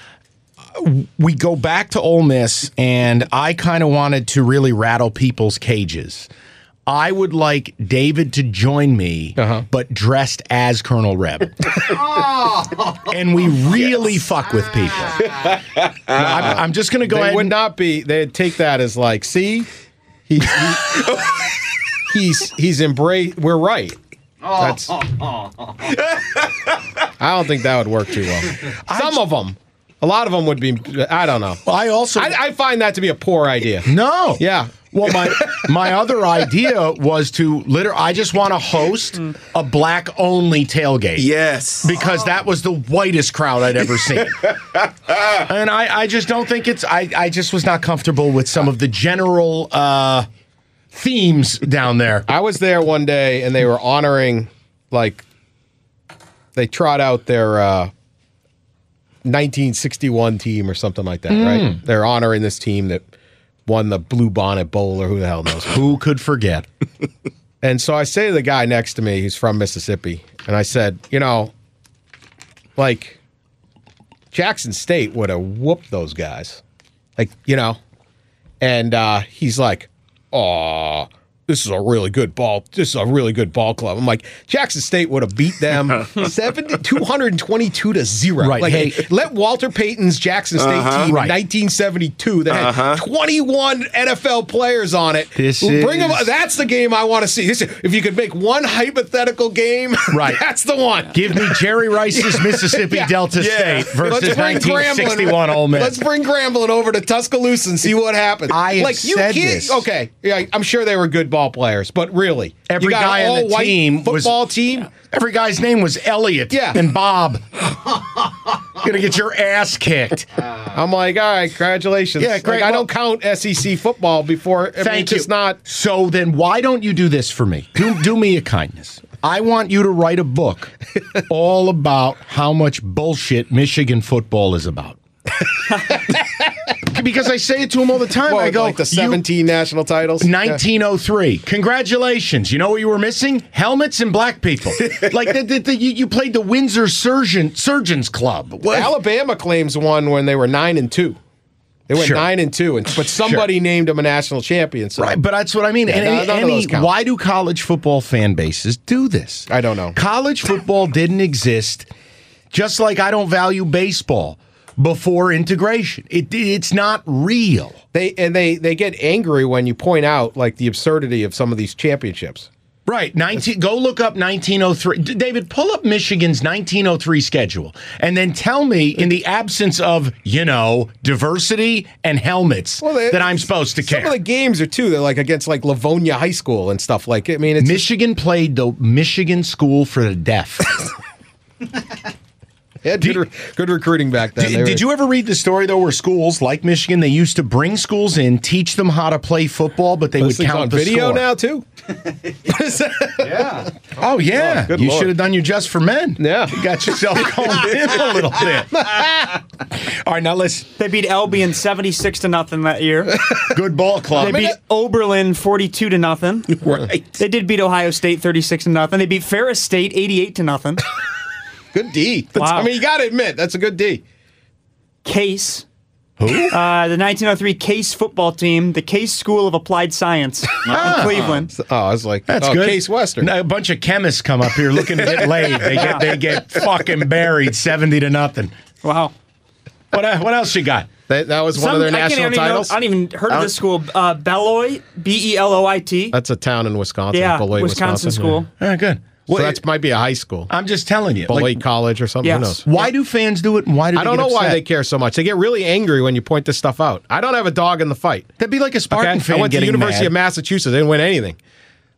we go back to Ole Miss, and I kind of wanted to really rattle people's cages. I would like David to join me, Uh-huh. but dressed as Colonel Reb. and we really fuck with people. I'm, I'm just going to go they ahead would and- not be. They'd take that as like, see, he, he- he's he's embraced. We're right. That's. I don't think that would work too well. Some of 'em. of them, a lot of them would be. I don't know. I also. I, I find that to be a poor idea. no. Yeah. Well, my my other idea was to literally. I just want to host Mm. a black only tailgate. Yes. because that was the whitest crowd I'd ever *laughs* seen. and I, I just don't think it's, I, I just was not comfortable with some of the general uh, themes down there. I was there one day and they were honoring, like, they trot out their uh, 1961 team or something like that, right? They're honoring this team that won the Blue Bonnet Bowl or who the hell knows. Who could forget? And so I say to the guy next to me who's from Mississippi, and I said, you know, like Jackson State would have whooped those guys. Like, you know. And uh, he's like, Oh, this is a really good ball. This is a really good ball club. I'm like, Jackson State would have *laughs* beat them 70, 222 to zero. Right, Like, hey. Uh-huh. let Walter Payton's Jackson State team, Right. Uh-huh. 1972, that had 21 NFL players on it. This Bring them, is- that's the game I want to see. This, if you could make one hypothetical game, *laughs* Right. that's the one. Give me Jerry *laughs* Rice's Mississippi Delta Yeah. State versus bring Grambling- 1961 Ole Miss. Let's bring Grambling over to Tuscaloosa and see what happens. I have said this. Okay, yeah, I'm sure they were good ball players, but really, Every you got guy an on the all-white team was- football team. Every guy's name was Elliot Yeah. and *laughs* Bob. Gonna get your ass kicked. I'm like, all right, congratulations. Yeah, Like, great. I don't count SEC football before. I mean, Thank it's you. just not. So then, why don't you do this for me? Do do me a kindness. I want you to write a *laughs* book all about how much bullshit Michigan football is *laughs* about. because I say it to him all the time. Well, I go like the "You- 17 national titles. 1903. Congratulations. You know what you were missing? Helmets and black *laughs* people. like the, the, the, you, you played the Windsor Surgeon Surgeons Club. Yeah. Alabama claims one when they were nine and two. They went Sure. nine and two, and but somebody named them a national champion. So Right, but that's what I mean. and no- any, none of those any- count. why do college football fan bases do this? I don't know. College *laughs* football didn't exist, just like I don't value baseball before integration. It it's not real. they and they they get angry when you point out like the absurdity of some of these championships. Right, nineteen. Go look up nineteen oh three. David, pull up Michigan's nineteen oh three schedule, and then tell me, in the absence of you know diversity and helmets, they- that I'm supposed to care. Some of the games are too. They're like against like Livonia High School and stuff. Like I mean, it's Michigan played the Michigan School for the *laughs* Deaf. they had good, re- good recruiting back then. Did, They were- did you ever read the story though, where schools like Michigan, they used to bring schools in, teach them how to play football, but they This would thing's count on the video score. now too? Yeah. Oh yeah, good you lord. should have done your just for men. Yeah. you got *laughs* yourself combed in a little bit. All right, now listen. They beat Albion 76 to nothing that year. Good ball They club. beat Oberlin 42 to nothing. Right. They did beat Ohio State 36 to nothing. They beat Ferris State 88 to nothing. Good D. That's- Wow. I mean, you got to admit that's a good D. Case. Who? Uh, the 1903 Case football team, the Case School of Applied Science in Cleveland. Oh, I was like, That's oh, good. Case Western. Now, A bunch of chemists come up here looking to *laughs* get laid. They get they get fucking buried seventy to nothing. Wow. What uh, what else you got? That, that was one of their Some- I can't national even know- titles. I don't even heard of this school. Uh, Beloit, B E L O I T. that's a town in Wisconsin. Yeah, Beloit, Wisconsin, school. Yeah. All right, good. So Well, that's might be a high school, I'm just telling you. Beloit like, College or something. Who knows? Yes. why do fans do it? And why do I they don't get know why upset? they care so much. They get really angry when you point this stuff out. I don't have a dog in the fight. That'd be like a Okay? Spartan fan I went to the getting University mad. of Massachusetts. They didn't win anything.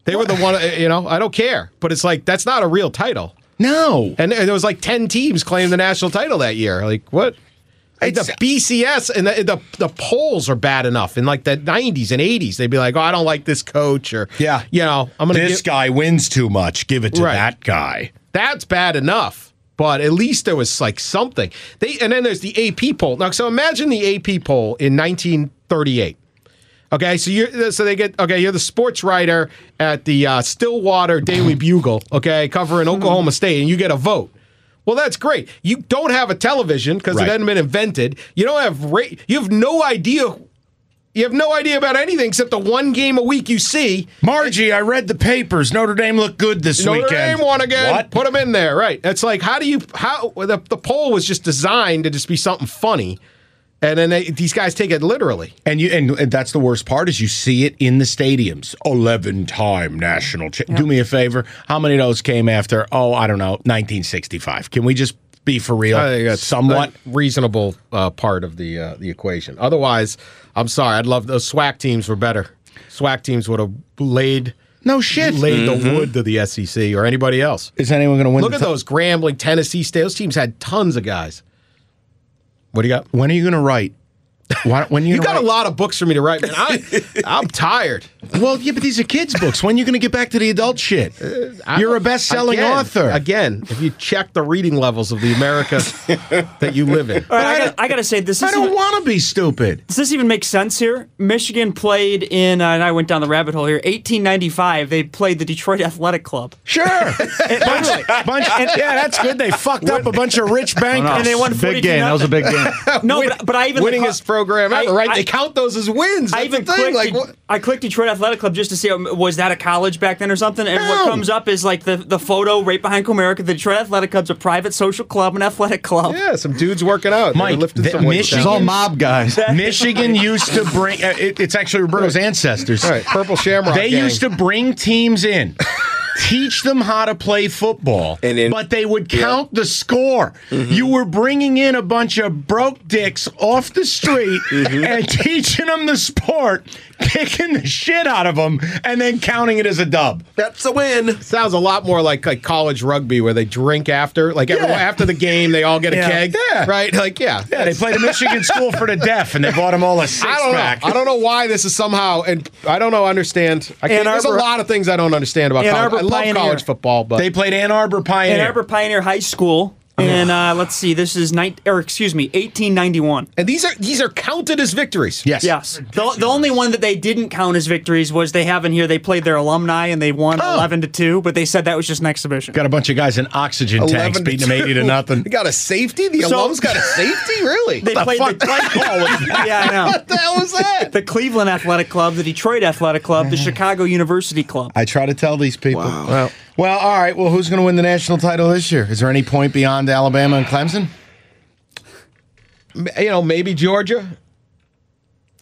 They were the one, uh, you know, I don't care. But it's like, that's not a real title. No. And there was like 10 teams claimed the national title that year. Like, what? Like, the It's- BCS and the, the the polls are bad enough in like the 90s and 80s. They'd be like, oh, I don't like this coach or, Yeah. you know, I'm going to This guy wins too much. Give it to Right. that guy. that's bad enough. But at least there was like something. They and then there's the AP poll. Now, so imagine the AP poll in 1938. Okay, so you're so they get okay. You're the sports writer at the uh, Stillwater Daily Bugle. Okay, covering Oklahoma State, and you get a vote. Well, that's great. You don't have a television because Right. it hadn't been invented. You don't have ra- you have no idea. You have no idea about anything except the one game a week you see. Margie, I read the papers. Notre Dame looked good this Notre weekend. Dame won again. What? Put them in there, right? It's like how do you how the, the poll was just designed to just be something funny, and then they, these guys take it literally. And you and, and that's the worst part is you see it in the stadiums. Eleven time national. Cha- Do me a favor. How many of those came after? Oh, I don't know, 1965. Can we just be for real? I think that's Somewhat. a reasonable uh, part of the uh, the equation. Otherwise, I'm sorry, I'd love those SWAC teams were better. SWAC teams would have laid no shit. laid Mm-hmm. the wood to the SEC or anybody else. Is anyone going to win? Look the at ti- those Grambling, Tennessee State. Those teams had tons of guys. What do you got? When are you going to write? Why, when you You got gonna a lot of books for me to write, man. *laughs* I, I'm tired. write- Well, yeah, but these are kids' books. When are you going to get back to the adult shit? Uh, You're a best-selling Again- author. Again, if you check the reading levels of the *laughs* America that you live in. All right, I, gotta, I gotta say this. I isn't- don't want to be stupid. Does this even make sense here? Michigan played in, uh, and I went down the rabbit hole here. 1895, they played the Detroit Athletic Club, Sure. bunch, bunch, yeah, that's *laughs* good. They fucked up a bunch of rich bankers. and they won 42 Big game. That was a big game. No, but, but I even Winning the, is pro program ever, I- right? I- they count those as wins. That's I even the thing. clicked. Like, De- what- I clicked Detroit Athletic Club just to see um, was that a college back then or something. And No. what comes up is like the, the photo right behind Comerica. The Detroit Athletic Club's a private social club and athletic club. yeah, some dudes working out. They were Mike, lifting the some weights Michigan- It's all mob guys. Michigan used to bring. Uh, it, it's actually Roberto's ancestors. down. All right, Purple Shamrock. They gang. used to bring teams in, teach them how to play football, And then- but they would count the score. Mm-hmm. You were bringing in a bunch of broke dicks off the street Mm-hmm. and teaching them the sport, kicking the shit out of them, and then counting it as a dub. That's a win. Sounds a lot more like, like college rugby where they drink after, like everyone, after the game, they all get a Yeah. keg, Yeah. right? Like, yeah, Yeah, they played at Michigan School for the Deaf, and they bought them all a six I don't pack. know. I don't know why this is somehow, and I don't know. Understand? I can't, Ann there's a Arbor- lot of things I don't understand about Ann college. Arbor I love Pioneer. college football, but They played Ann Arbor Pioneer. Ann Arbor Pioneer High School. And uh, let's see, this is nine, or excuse me, 1891. and these are these are counted as victories. Yes. Yes. The, the only one that they didn't count as victories was they have in here, they played their alumni and they won 11 to 2, but they said that was just an exhibition. Got a bunch of guys in oxygen 11 tanks to beating them 80 to two. nothing. They got a safety. The So- alums got a safety. *laughs* Really? They played the *laughs* Yeah, I know. what the hell was that? The Cleveland Athletic Club, the Detroit Athletic Club, the Chicago University Club. *laughs* I try to tell these people. Well, well, all right. Well, who's going to win the national title this year? Is there any point beyond Alabama and Clemson? M- *laughs* you know, maybe Georgia.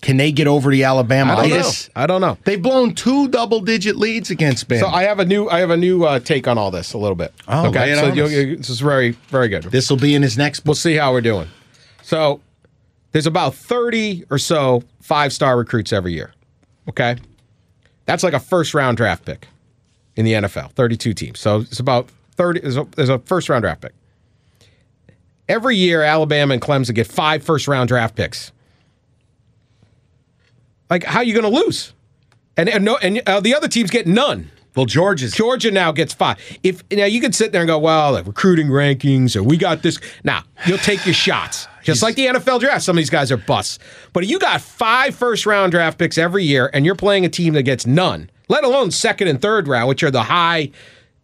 Can they get over to Alabama? I don't just- know. I don't know. They've blown two double-digit leads against Bama. So I have a new I have a new uh, take on all this a little bit. Oh, lay okay. it So on you, us. you, this is very very good. this will be in his next We'll book. see how we're doing. So there's about 30 or so five star recruits every year. Okay. That's like a first round draft pick in the NFL, 32 teams. So it's about 30, there's a, there's a first round draft pick. Every year, Alabama and Clemson get five first round draft picks. Like, how you going to lose? And, and, no, and uh, the other teams get none. Well, Georgia's. Georgia now gets five. If now you can sit there and go, well, the recruiting rankings, or we got this. Now you'll take your shots, just like the NFL draft. Some of these guys are busts, but you got five first round draft picks every year, and you're playing a team that gets none, let alone second and third round, which are the high.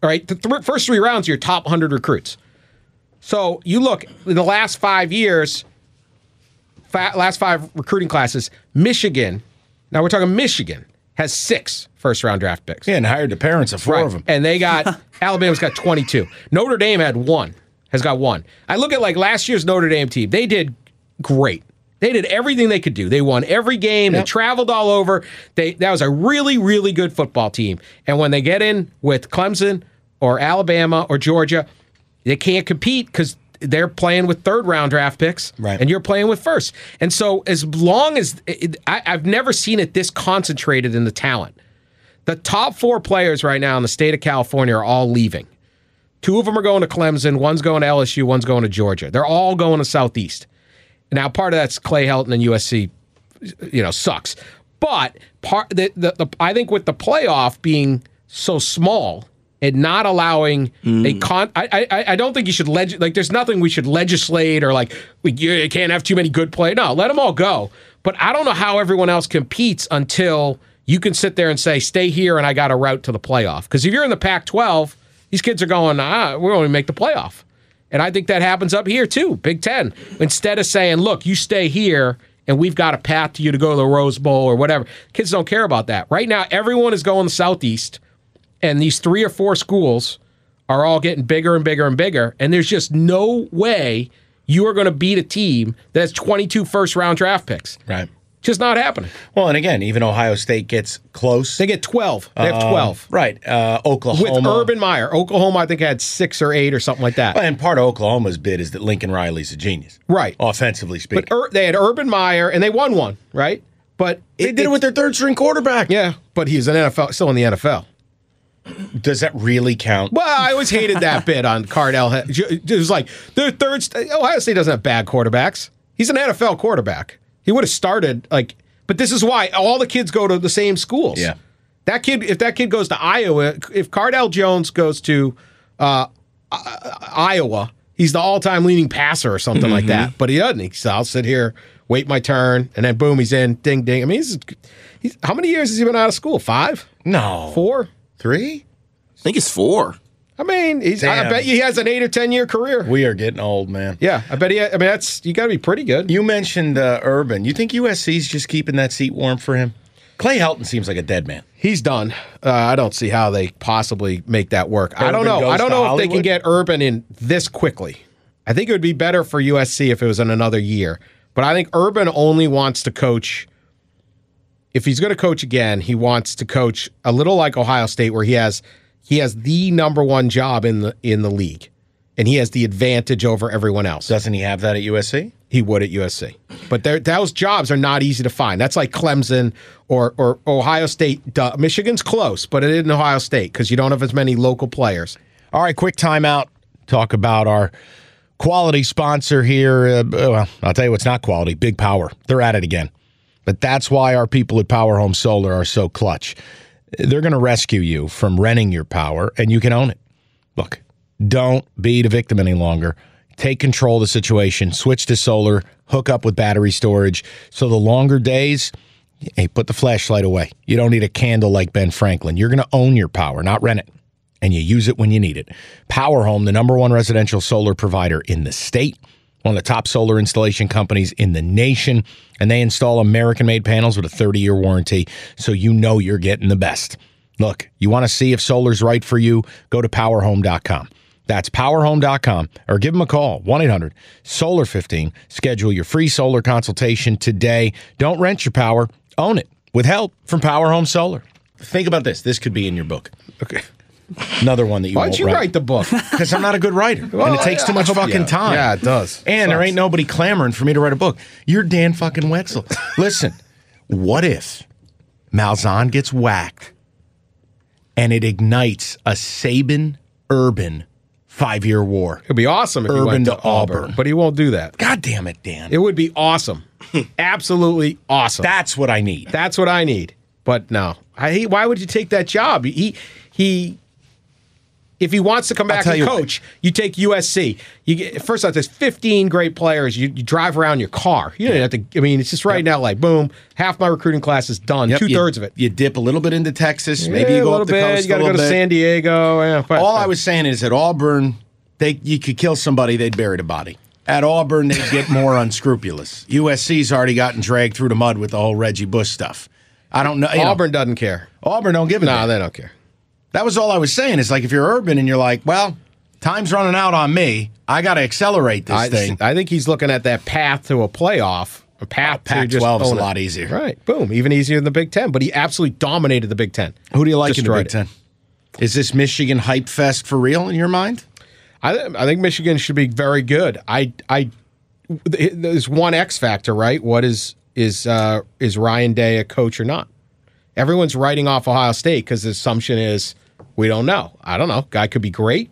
All right, the th- first three rounds are your top hundred recruits. So you look in the last five years, fa- last five recruiting classes, Michigan. Now we're talking Michigan has six first round draft picks. Yeah, and hired the parents of four Right. of them. And *laughs* they got Alabama's got 22. Notre Dame had one. Has got one. I look at like last year's Notre Dame team. They did great. They did everything they could do. They won every game. They traveled all over. They that was a really really good football team. And when they get in with Clemson or Alabama or Georgia, they can't compete cuz they're playing with third round draft picks Right. and you're playing with first. And so as long as it, I, I've never seen it this concentrated in the talent. The top four players right now in the state of California are all leaving. Two of them are going to Clemson, one's going to LSU, one's going to Georgia. They're all going to Southeast. Now, part of that's Clay Helton and USC, you know, sucks. But part the, the, the I think with the playoff being so small and not allowing a con, I, I I don't think you should leg like. There's nothing we should legislate or like we you can't have too many good play. No, let them all go. But I don't know how everyone else competes until you can sit there and say, "Stay here," and I got a route to the playoff. Because if you're in the Pac-12, these kids are going, "Ah, we're only make the playoff." And I think that happens up here too, Big Ten. Instead of saying, look, you stay here and we've got a path to you to go to the Rose Bowl or whatever, kids don't care about that. Right now, everyone is going southeast, and these three or four schools are all getting bigger and bigger and bigger. And there's just no way you are going to beat a team that has 22 first round draft picks. Right. Just not happening. Well, and again, even Ohio State gets close. They get 12, they have Um, 12. right. Uh, Oklahoma. With Urban Meyer, Oklahoma, I think had six or eight or something like that. And part of Oklahoma's bid is that Lincoln Riley's a genius. Right. Offensively speaking. But Ur- they had Urban Meyer, and they won one, right? But they did it with their third string quarterback. yeah, but he's an NFL, still in the NFL. Does that really count? Well, I always hated that bit on Cardell. It was like their third. st- Ohio State doesn't have bad quarterbacks. He's an NFL quarterback. He would have started like, but this is why all the kids go to the same schools. Yeah. that kid. If that kid goes to Iowa, if Cardell Jones goes to uh, I- Iowa, he's the all-time leading passer or something like that. But he doesn't. He's I'll sit here, wait my turn, and then boom, he's in. Ding ding. I mean, he's, he's how many years has he been out of school? Five, No. four. Three? I think it's four. I mean, he's, I Damn. bet he has an eight or ten year career. We are getting old, man. Yeah, I bet he. I mean, that's you got to be pretty good. You mentioned uh, Urban. You think USC's just keeping that seat warm for him? Clay Helton seems like a dead man. He's done. Uh, I don't see how they possibly make that work. I Urban don't know. goes I don't to know if they can Hollywood? get Urban in this quickly. I think it would be better for USC if it was in another year. But I think Urban only wants to coach. If he's going to coach again, he wants to coach a little like Ohio State, where he has he has the number one job in the in the league, and he has the advantage over everyone else. Doesn't he have that at USC? he would at USC. But there, those jobs are not easy to find. That's like Clemson or or Ohio State. Duh, Michigan's close, but it isn't Ohio State because you don't have as many local players. All right, quick timeout. Talk about our quality sponsor here. Uh, well, I'll tell you what's not quality Big Power. They're at it again. But that's why our people at Power Home Solar are so clutch. They're going to rescue you from renting your power, and you can own it. Look, don't be the victim any longer. Take control of the situation, switch to solar, hook up with battery storage. So the longer days, hey, put the flashlight away. You don't need a candle like Ben Franklin. You're going to own your power, not rent it. And you use it when you need it. Power Home, the number one residential solar provider in the state, one of the top solar installation companies in the nation. And they install American made panels with a 30 year warranty. So you know you're getting the best. Look, you want to see if solar's right for you? Go to powerhome.com. That's powerhome.com or give them a call, 1 800 Solar 15. Schedule your free solar consultation today. Don't rent your power, own it with help from Power Home Solar. Think about this. This could be in your book. Okay, Another one that you why'd won't you write *laughs* the book? Because I'm not a good writer. and it takes too much fucking yeah. time. Yeah, it does. And there ain't nobody clamoring for me to write a book. You're Dan fucking Wetzel. Listen, what if Malzahn gets whacked and it ignites a Saban Urban five year war? It'd be awesome if he Urban went to, to Auburn. Auburn. but he won't do that. God damn it, Dan. It would be *laughs* awesome, absolutely awesome. That's what I need. That's what I need. But no, I, he, why would you take that job? He he. If he wants to come back tell and you what. coach, you take USC. You get, first off, there's 15 great players. You, you drive around your car. You don't have to. I mean, it's just right now. Like boom. Half my recruiting class is done. Yep, Two thirds you- of it. You dip a little bit into Texas. Maybe Yeah, you a go little up the bit. coast. You got to a go to little bit. San Diego. Yeah, but- All I was saying is at Auburn, they you could kill somebody, they'd bury the body. At Auburn, they'd get more *laughs* unscrupulous. USC's already gotten dragged through the mud with the whole Reggie Bush stuff. I don't know. you know, Auburn doesn't care. Auburn don't give a Nah, damn. they don't care. That was all I was saying. It's like if you're urban and you're like, well, time's running out on me. I got to accelerate this I, thing. I think he's looking at that path to a playoff. A path to just Pac-12 is a own it. lot easier. Right. Boom. Even easier than the Big Ten. But he absolutely dominated the Big Ten. Who do you like in the Big Destroyed it. Ten? Is this Michigan hype fest for real in your mind? I, th- I think Michigan should be very good. I I there's one X factor, right? What is is uh, is Ryan Day a coach or not? Everyone's writing off Ohio State because the assumption is we don't know. I don't know. Guy could be great.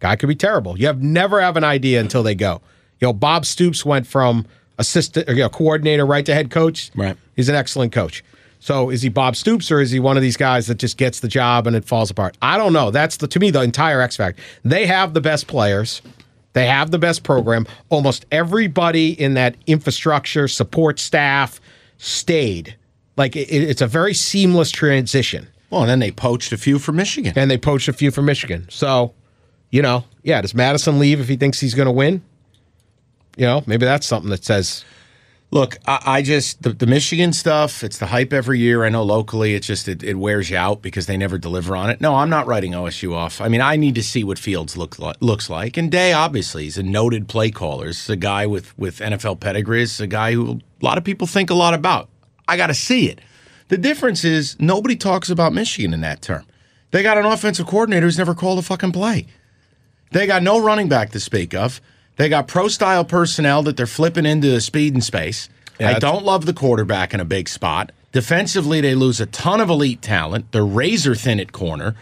Guy could be terrible. You have never have an idea until they go. You know, Bob Stoops went from assistant, or, you know, coordinator right to head coach. Right. He's an excellent coach. So is he Bob Stoops or is he one of these guys that just gets the job and it falls apart? I don't know. That's the to me the entire X factor. They have the best players. They have the best program. Almost everybody in that infrastructure support staff stayed. Like it, it's a very seamless transition. Well, and then they poached a few from Michigan. And they poached a few from Michigan. So, you know, yeah, does Madison leave if he thinks he's going to win? You know, maybe that's something that says Look, I, I just the, the Michigan stuff. It's the hype every year. I know locally, it's just it, it wears you out because they never deliver on it. No, I'm not writing OSU off. I mean, I need to see what Fields look like, looks like. And Day obviously is a noted play caller. It's a guy with with NFL pedigree. It's a guy who a lot of people think a lot about. I got to see it. The difference is nobody talks about Michigan in that term. They got an offensive coordinator who's never called a fucking play. They got no running back to speak of. They got pro style personnel that they're flipping into speed and space. I that's- don't love the quarterback in a big spot. Defensively, they lose a ton of elite talent. They're razor thin at corner.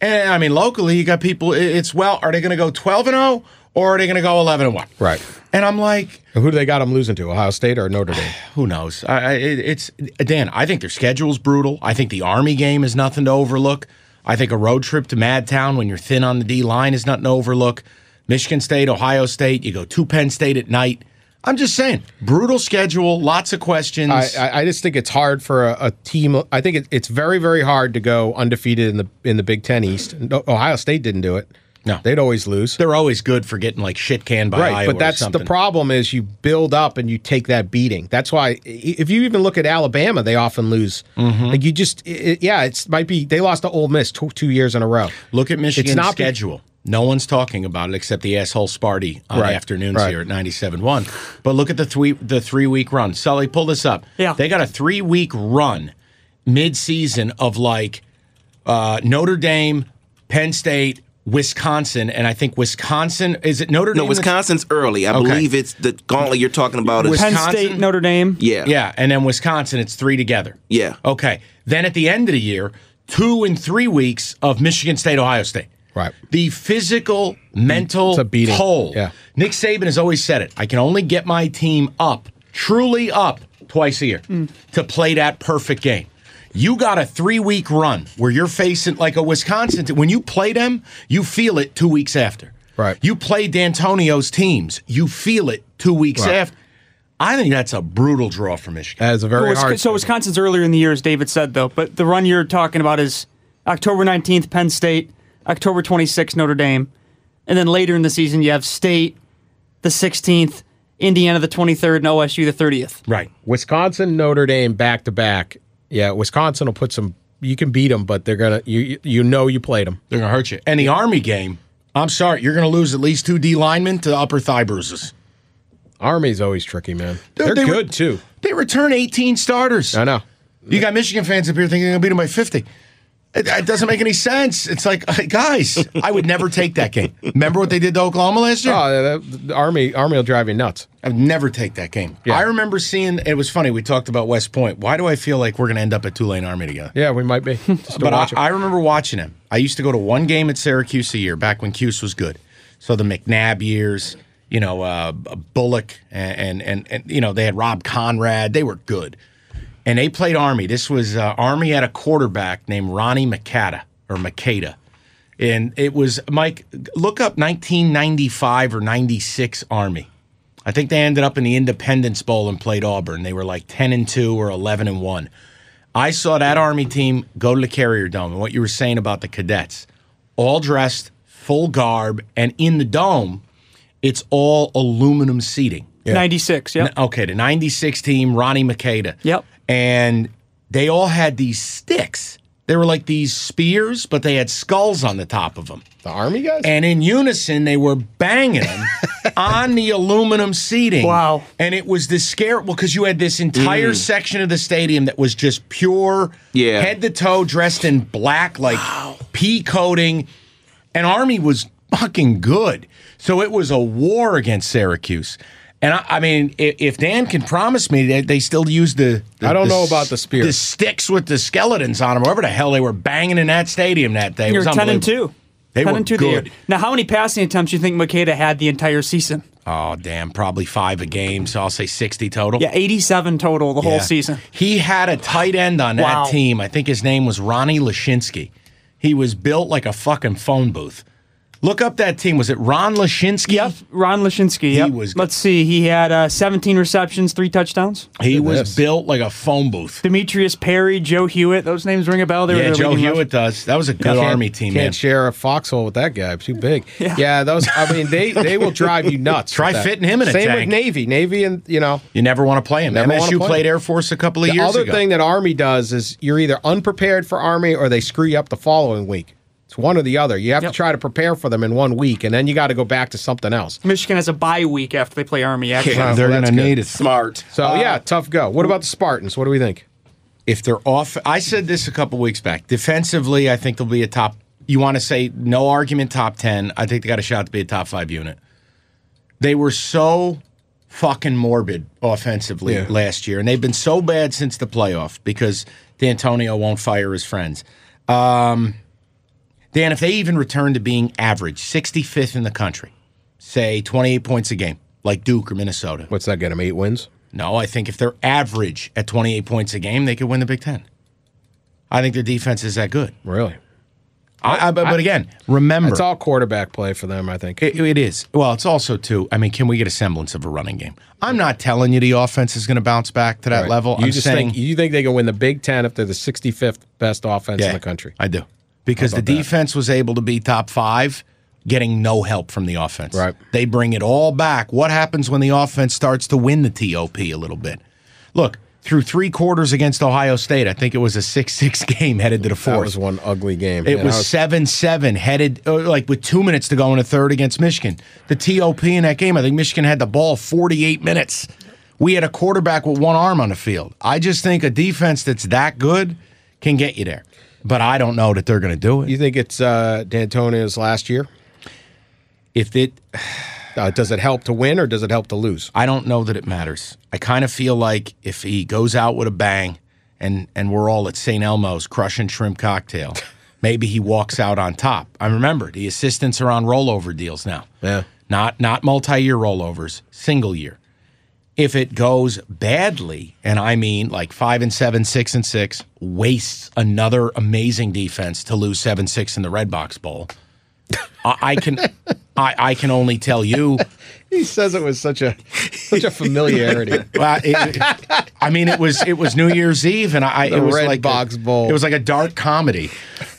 And I mean, locally, you got people. i- It's well, are they going to go 12 and 0 or are they going to go 11 and 1? Right. And I'm like, who do they got him losing to? Ohio State or *sighs* Notre Dame? who knows? I, I, it- it's Dan. I think their schedule's brutal. I think the Army game is nothing to overlook. I think a road trip to Madtown when you're thin on the D line is nothing to overlook. Michigan State, Ohio State, you go to Penn State at night. I'm just saying, brutal schedule, lots of questions. I, I, I just think it's hard for a, a team. I think it, it's very, very hard to go undefeated in the in the Big Ten East. No, Ohio State didn't do it. No. They'd always lose. They're always good for getting like shit canned by right, Iowa but that's or the something. problem is you build up and you take that beating. That's why i- if you even look at Alabama, they often lose. Mm-hmm. Like you just, i i- yeah, it's might be they lost to Ole Miss two, two years in a row. Look at Michigan's not be- schedule. no one's talking about it except the asshole Sparty on Right, afternoons right. here at 97.1. But look at the three the three week run. Sully, pull this up. Yeah. They got a three week run mid season of like uh, Notre Dame, Penn State, Wisconsin, and I think Wisconsin is it Notre Dame? No, that's- Wisconsin's early. I Okay. believe it's the gauntlet you're talking about. Is, Penn Wisconsin? State, Notre Dame. yeah. Yeah, and then Wisconsin, it's three together. Yeah. Okay. Then at the end of the year, two and three weeks of Michigan State, Ohio State. Right. The physical, mental It's a beating. toll. Yeah. Nick Saban has always said it. I can only get my team up, truly up, twice a year to play that perfect game. You got a three week run where you're facing like a Wisconsin. When you play them, you feel it two weeks after. Right. You play D'Antonio's teams, you feel it two weeks Right. Uh, after. I think that's a brutal draw for Michigan. That is a very Well, Wisco- hard. so Wisconsin's earlier in the year, as David said, though. But the run you're talking about is October 19th, Penn State, October 26th, Notre Dame, and then later in the season you have State, the 16th, Indiana the 23rd, and OSU the 30th. Right. Wisconsin, Notre Dame back to back. Yeah, Wisconsin will put some. You can beat them, but they're gonna. You you know you played them. They're going to hurt you. And the Army game, I'm sorry, you're going to lose at least two D linemen to upper thigh bruises. Army's always tricky, man. Dude, they're they were- good too. They return 18 starters. I know. You got Michigan fans up here thinking they're going to beat them by 50. It, it doesn't make any sense. It's like, *laughs* guys, I would never take that game. Remember what they did to Oklahoma last year? Oh, the, the Army Army will drive you nuts. I would never take that game. Yeah. I remember seeing, it was funny, we talked about West Point. Why do I feel like we're going to end up at Tulane Army together? Yeah, *laughs* we might be. Just to but watch 'em. I, I remember watching him. I used to go to one game at Syracuse a year back when Cuse was good. So the McNabb years, you know, uh, Bullock, and, and and and you know they had Rob Conrad. They were good, and they played Army. This was uh, Army had a quarterback named Ronnie Makata or Makata, and it was Mike. Look up 1995 or 96 Army. I think they ended up in the Independence Bowl and played Auburn. They were like 10 and 2 or 11 and 1. I saw that Army team go to the Carrier Dome and what you were saying about the cadets, all dressed, full garb, and in the dome, it's all aluminum seating. 96. Yep. Okay, the 96 team, Ronnie Makeda. Yep. And they all had these sticks. They were like these spears, but they had skulls on the top of them. the Army guys. And in unison, they were *laughs* banging them on the aluminum seating. Wow. And it was this scare. Well, because you had this entire Mm. section of the stadium that was just pure Yeah. head to toe dressed in black, like pea coating. And Army was fucking good. So it was a war against Syracuse. And I, I mean, if, if Dan can promise me that they still use the, the- I don't know s- about the spear. the sticks with the skeletons on them, whatever the hell they were banging in that stadium that day, it You're was 10 and unbelievable. 2. They 10 were and 2 the good. year. Now, how many passing attempts you think Makeda had the entire season? Oh, damn, probably five a game. So I'll say 60 total. Yeah, 87 total the whole Yeah. season. He had a tight end on Wow. that team. I think his name was Ronnie Lashinsky. He was built like a fucking phone booth. Look up that team. Was it Ron Lashinsky? Yep, Ron Lashinsky. Yep. was- Let's see. He had uh, 17 receptions, three touchdowns. He Look at was this. built like a phone booth. Demetrius Perry, Joe Hewitt. Those names ring a bell. They were yeah, the Joe leading Hewitt rush- does. That was a good Can't- Army team, Can't man. share a foxhole with that guy. *laughs* Too big. Yeah, those. I mean, they they will drive you nuts. Try with that. fitting him in a Same tank. with Navy. Navy and you know You never want to play him. Never wanna MSU play played him. Air Force a couple of the years other ago. thing that Army does is you're either unprepared for Army or they screw you up the following week. It's one or the other. You have Yep. to try to prepare for them in one week, and then you got to go back to something else. Michigan has a bye week after they play Army. Actually, Yeah. they're Well, going to that's good. need it. Smart. So Uh, yeah, tough go. What about the Spartans? What do we think? if they're off I said this a couple weeks back. Defensively, I think they'll be a top you want to say no argument top 10. I think they got a shot to be a top 5 unit. They were so fucking morbid offensively Yeah. last year and they've been so bad since the playoff because D'Antonio won't fire his friends. Um Dan, if they even return to being average, 65th in the country, say 28 points a game, like Duke or Minnesota. What's that get them? Eight wins. No, I think if they're average at 28 points a game, they could win the Big Ten. I think their defense is that good. Really? I, I- but, but again, remember, It's all quarterback play for them. I think. it, it is. Well, it's also, too, I mean, can we get a semblance of a running game? I'm not telling you the offense is going to bounce back to that Right. level. You I'm just saying, think you think they can win the Big Ten if they're the 65th best offense in the country? I do. Because the about that? defense was able to be top five. getting no help from the offense. Right. They bring it all back. What happens when the offense starts to win the TOP a little bit? Look, through three quarters against Ohio State, I think it was a 6 6 *laughs* game headed to the fourth. That was one ugly game. It And I was seven seven headed uh, like with two minutes to go in the third against Michigan. The TOP in that game, I think Michigan had the ball forty eight minutes. We had a quarterback with one arm on the field. I just think a defense that's that good can get you there, but I don't know that they're going to do You it. think it's uh, D'Antonia's last year? If it, Uh, does it help to win or does it help to lose? I don't know that it matters. I kind of feel like if he goes out with a bang, and and we're all at St. Elmo's crushing shrimp *laughs* cocktail, maybe he walks out on top. I remember the assistants are on rollover deals now. Yeah. not not multi-year rollovers, single year. If it goes badly, and I mean like five and seven, six and six, wastes another amazing defense to lose seven six in the Red Box Bowl. I, I can, I, I can only tell you. He says it with such *laughs* a such a familiarity. Well, it, it- I mean, it was it was New Year's Eve, and I it was Red like Box a, Bowl. It was like a dark comedy,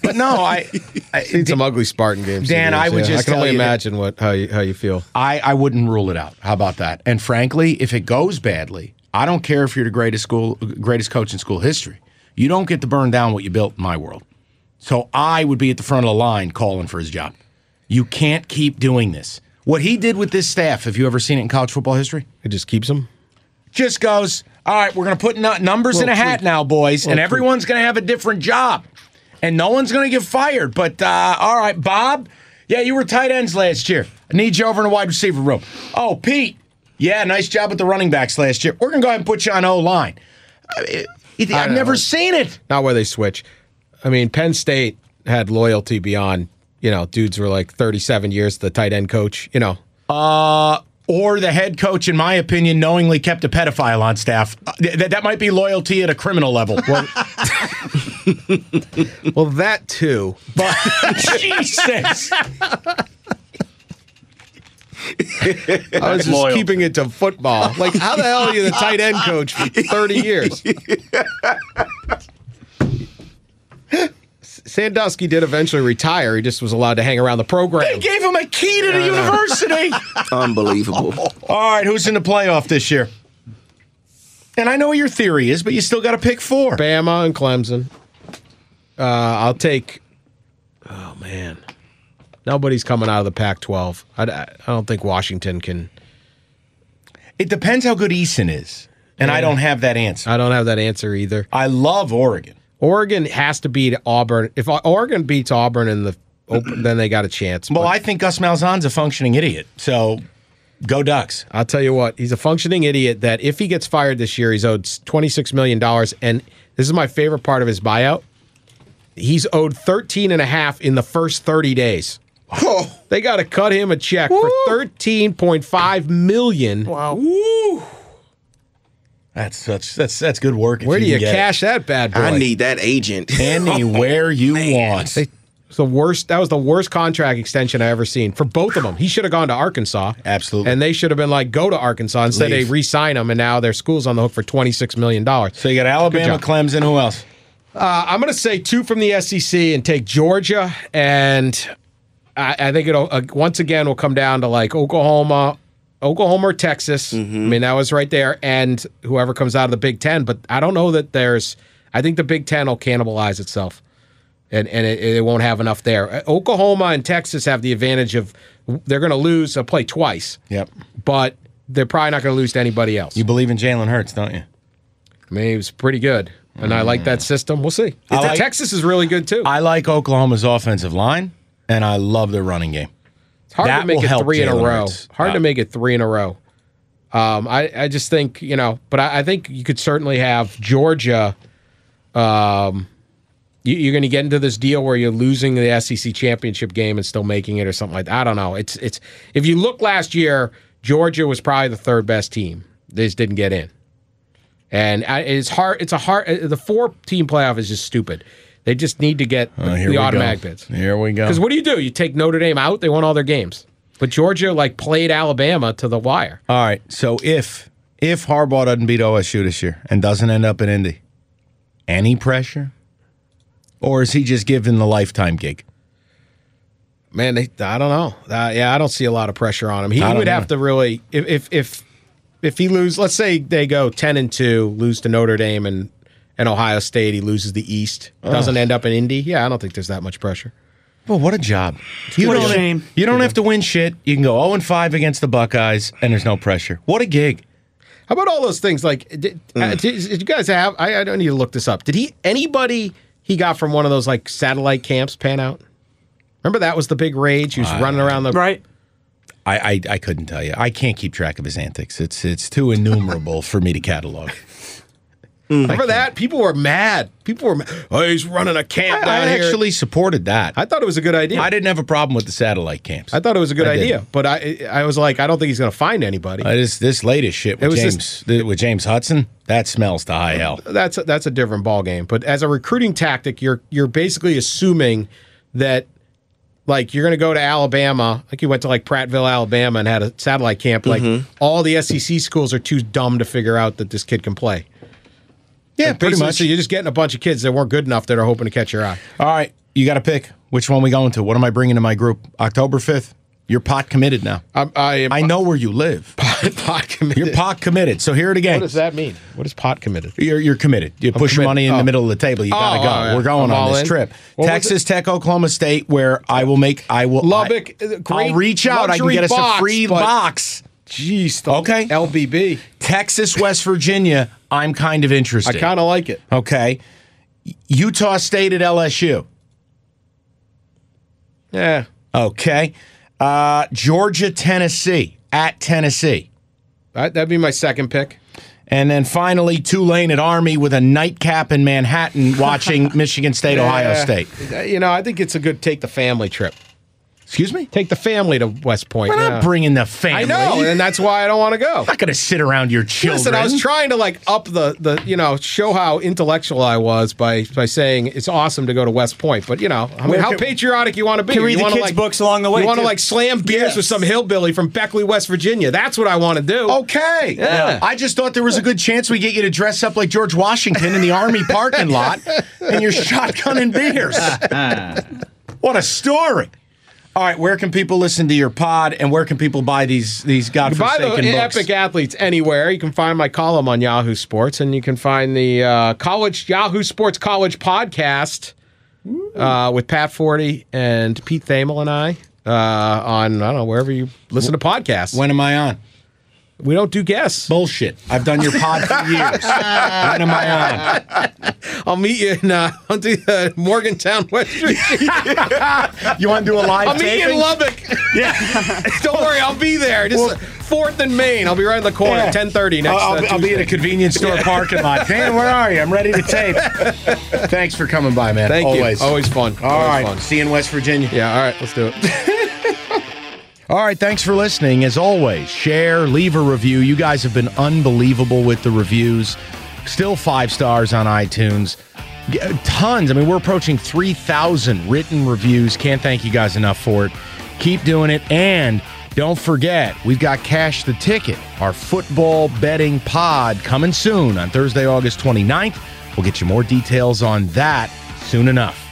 but no, I, *laughs* I Seen some ugly Spartan games. Dan, too, I would yeah. just I can tell only you that- imagine what how you how you feel. I, I wouldn't rule it out. How about that? And frankly, if it goes badly, I don't care if you're the greatest school greatest coach in school history. You don't get to burn down what you built in my world. So I would be at the front of the line calling for his job. You can't keep doing this. What he did with this staff, have you ever seen it in college football history? It just keeps them. Just goes, all right, we're going to put nu- numbers in a hat now, boys, and everyone's going to have a different job. And no one's going to get fired. But uh, all right, Bob, yeah, you were tight ends last year. I need you over in the wide receiver room. Oh, Pete, yeah, nice job with the running backs last year. We're going to go ahead and put you on O line. I've know. never seen it. Not where they switch. I mean, Penn State had loyalty beyond. You know, dudes were like 37 years the tight end coach. You know, Or the head coach, in my opinion, knowingly kept a pedophile on staff. Uh, th- th- that might be loyalty at a criminal level. well that too. *laughs* But Jesus. I was just Loyal. keeping it to football. Like, how the hell are you the tight end coach for 30 years? Sandusky did eventually retire. He just was allowed to hang around the They program. gave him a key to the university. *laughs* Unbelievable. All right, who's in the playoff this year? And I know what your theory is, but you still got to pick four. Bama and Clemson. Uh, I'll take. Oh, man. Nobody's coming out of the Pac 12. I, I don't think Washington can. It depends how good Eason is, and I don't have that answer. I don't have that answer either. I love Oregon. Oregon has to beat Auburn. If Oregon beats Auburn in the open, then they got a chance. Well, I think Gus Malzahn's a functioning idiot, so go Ducks. I'll tell you what, he's a functioning idiot that if he gets fired this year, he's owed $26 million. And this is my favorite part of his buyout. He's owed 13 and a half in the first *laughs* 30 days. They got to cut him a check for 13.5 million. That's such that's that's good work. if Where do can you get it. cash that bad boy? I need that agent. *laughs* *laughs* anywhere you want? It's the worst. That was the worst contract extension I ever seen for both of them. He should have gone to Arkansas. Absolutely. And they should have been like, go to Arkansas. Instead, Leave. they re-sign him, and now their school's on the hook for $26 million. So you got Alabama, job. Clemson, who else? I'm going to say two from the SEC and take Georgia, and I, I think it'll uh, once again will come down to like Oklahoma, Oklahoma or Texas. Mm-hmm. I mean that was right there, and whoever comes out of the Big Ten. But I don't know that there's. I think the Big Ten will cannibalize itself, and and it, it won't have enough there. Uh, Oklahoma and Texas have the advantage of they're going to lose a play twice. Yep. but they're probably not going to lose to anybody else. You believe in Jalen Hurts, don't you? I mean, it was pretty good, and I like that system. We'll see. Mm. like- Texas is really good too. I like Oklahoma's offensive line, and I love their running game. Hard That to make will it help three in a Jalen row. Hurts. Hard Uh, to make it three in a row. Um, I, I just think, you know, but I, I think you could certainly have Georgia. Um, you, you're going to get into this deal where you're losing the SEC championship game and still making it or something like that. I don't know. It's it's if you look last year, Georgia was probably the third best team. They just didn't get in, and I, it's hard. It's a hard. uh, The four team playoff is just stupid. They just need to get Uh, here the we go. automatic bids. Here we go. Because what do you do? You take Notre Dame out; they won all their games. But Georgia like played Alabama to the wire. All right. So if if Harbaugh doesn't beat OSU this year and doesn't end up in Indy, any pressure, or is he just given the lifetime gig? man, they, I don't know. Uh, yeah, I don't see a lot of pressure on him. He, I he don't would have know. to really if if if if he lose, let's say they go ten and two, lose to Notre Dame and and Ohio State, he loses the East, doesn't end up in Indy. Yeah, I don't think there's that much pressure. Well, what a job. You What a don't, shame. You don't have to win shit. You can go 0 and 5 against the Buckeyes, and there's no pressure. What a gig. How about all those things? Like, did, uh, did, did you guys have? I, I don't need to look this up. Did he anybody he got from one of those like satellite camps pan out? Remember that was the big rage. He was running around the right? I, I, I couldn't tell you. I can't keep track of his antics. It's it's too innumerable for me to catalog. Remember that? People were mad. People were mad. Oh, he's running a I, camp I down here. actually supported that. I I, thought it was a good idea. I, didn't have a problem with the satellite camps. thought it was a good I didn't. idea, but I I was like, I don't think he's going to find anybody. Uh, this this latest shit with was James just- th- with James Hudson that smells to high hell. that's a, that's a different ball game. But as a recruiting tactic, you're you're basically assuming that like you're going to go to Alabama, like you went to like Prattville, Alabama, and had a satellite camp. Like all the SEC schools are too dumb to figure out that this kid can play. Yeah, Basically, So you're just getting a bunch of kids that weren't good enough that are hoping to catch your eye. All right, you got to pick which one we going to. What am I bringing to my group? October fifth. You're pot committed now. I'm, I am I know where you live. *laughs* pot committed. You're pot committed. So hear it again. What does that mean? What is pot committed? You're, you're committed. You push your committed. money in the Oh. middle of the table. You gotta Oh, go. all right. We're going I'm on all this in. trip. What was Texas Tech, Oklahoma State, where I will make. I will. Lubbock, I, uh, great I'll reach out. I can luxury get us box, a free but- box. Jeez. Okay. LBB. Texas, West Virginia. I'm kind of I interested. kind of like it. okay. Utah State at LSU. Yeah. Okay. Uh, Georgia, Tennessee at Tennessee. That, that'd be my second pick. And then finally, Tulane at Army with a nightcap in Manhattan *laughs* watching Michigan State, Ohio Yeah. State. You know, I think it's a good take the family trip. Excuse me? Take the family to West Point. We're yeah. not bringing the family. I know, and that's why I don't want to go. I'm not going to sit around your children. Listen, I was trying to like up the the you know show how intellectual I was by by saying it's awesome to go to West Point, but you know I mean Where how can- patriotic you want to be. Can you read the wanna, kids' books along the way, You want to too. like slam beers with some hillbilly from Beckley, West Virginia. That's what I want to do. Okay. Yeah. I just thought there was a good chance we get you to dress up like George Washington in the Army parking lot and you're shotgunning *laughs* beers. what a story. All right, where can people listen to your pod and where can people buy these these By godforsaken the way, books? Epic Athletes anywhere. You can find my column on Yahoo Sports, and you can find the uh, College Yahoo Sports College podcast uh, with Pat Forty and Pete Thamel and I uh, on I don't know wherever you listen to podcasts. when am I on? we don't do guests. Bullshit. I've done your pod for *laughs* years. when am I I'll meet you in uh, *laughs* I'll do, uh, Morgantown, West Virginia. on? *laughs* You want to do a live I'll meet you taping? *laughs* in Lubbock. *laughs* don't worry, I'll be there. Just Fourth and Main. I'll be right in the corner. Yeah. Ten thirty next. I'll, uh, I'll be at a Tuesday. convenience store parking *laughs* lot. Dan, where are you? I'm ready to tape. Thanks for coming by, man. Thank Always. you. Always fun. All Always right. fun. See you in West Virginia. Yeah. All right. Let's do it. *laughs* All right, thanks for listening. As always, share, leave a review. You guys have been unbelievable with the reviews. Still five stars on iTunes. G- uh, Tons. I mean, we're approaching 3,000 written reviews. Can't thank you guys enough for it. Keep doing it. And don't forget, we've got Cash the Ticket, our football betting pod, coming soon on Thursday, August 29th. We'll get you more details on that soon enough.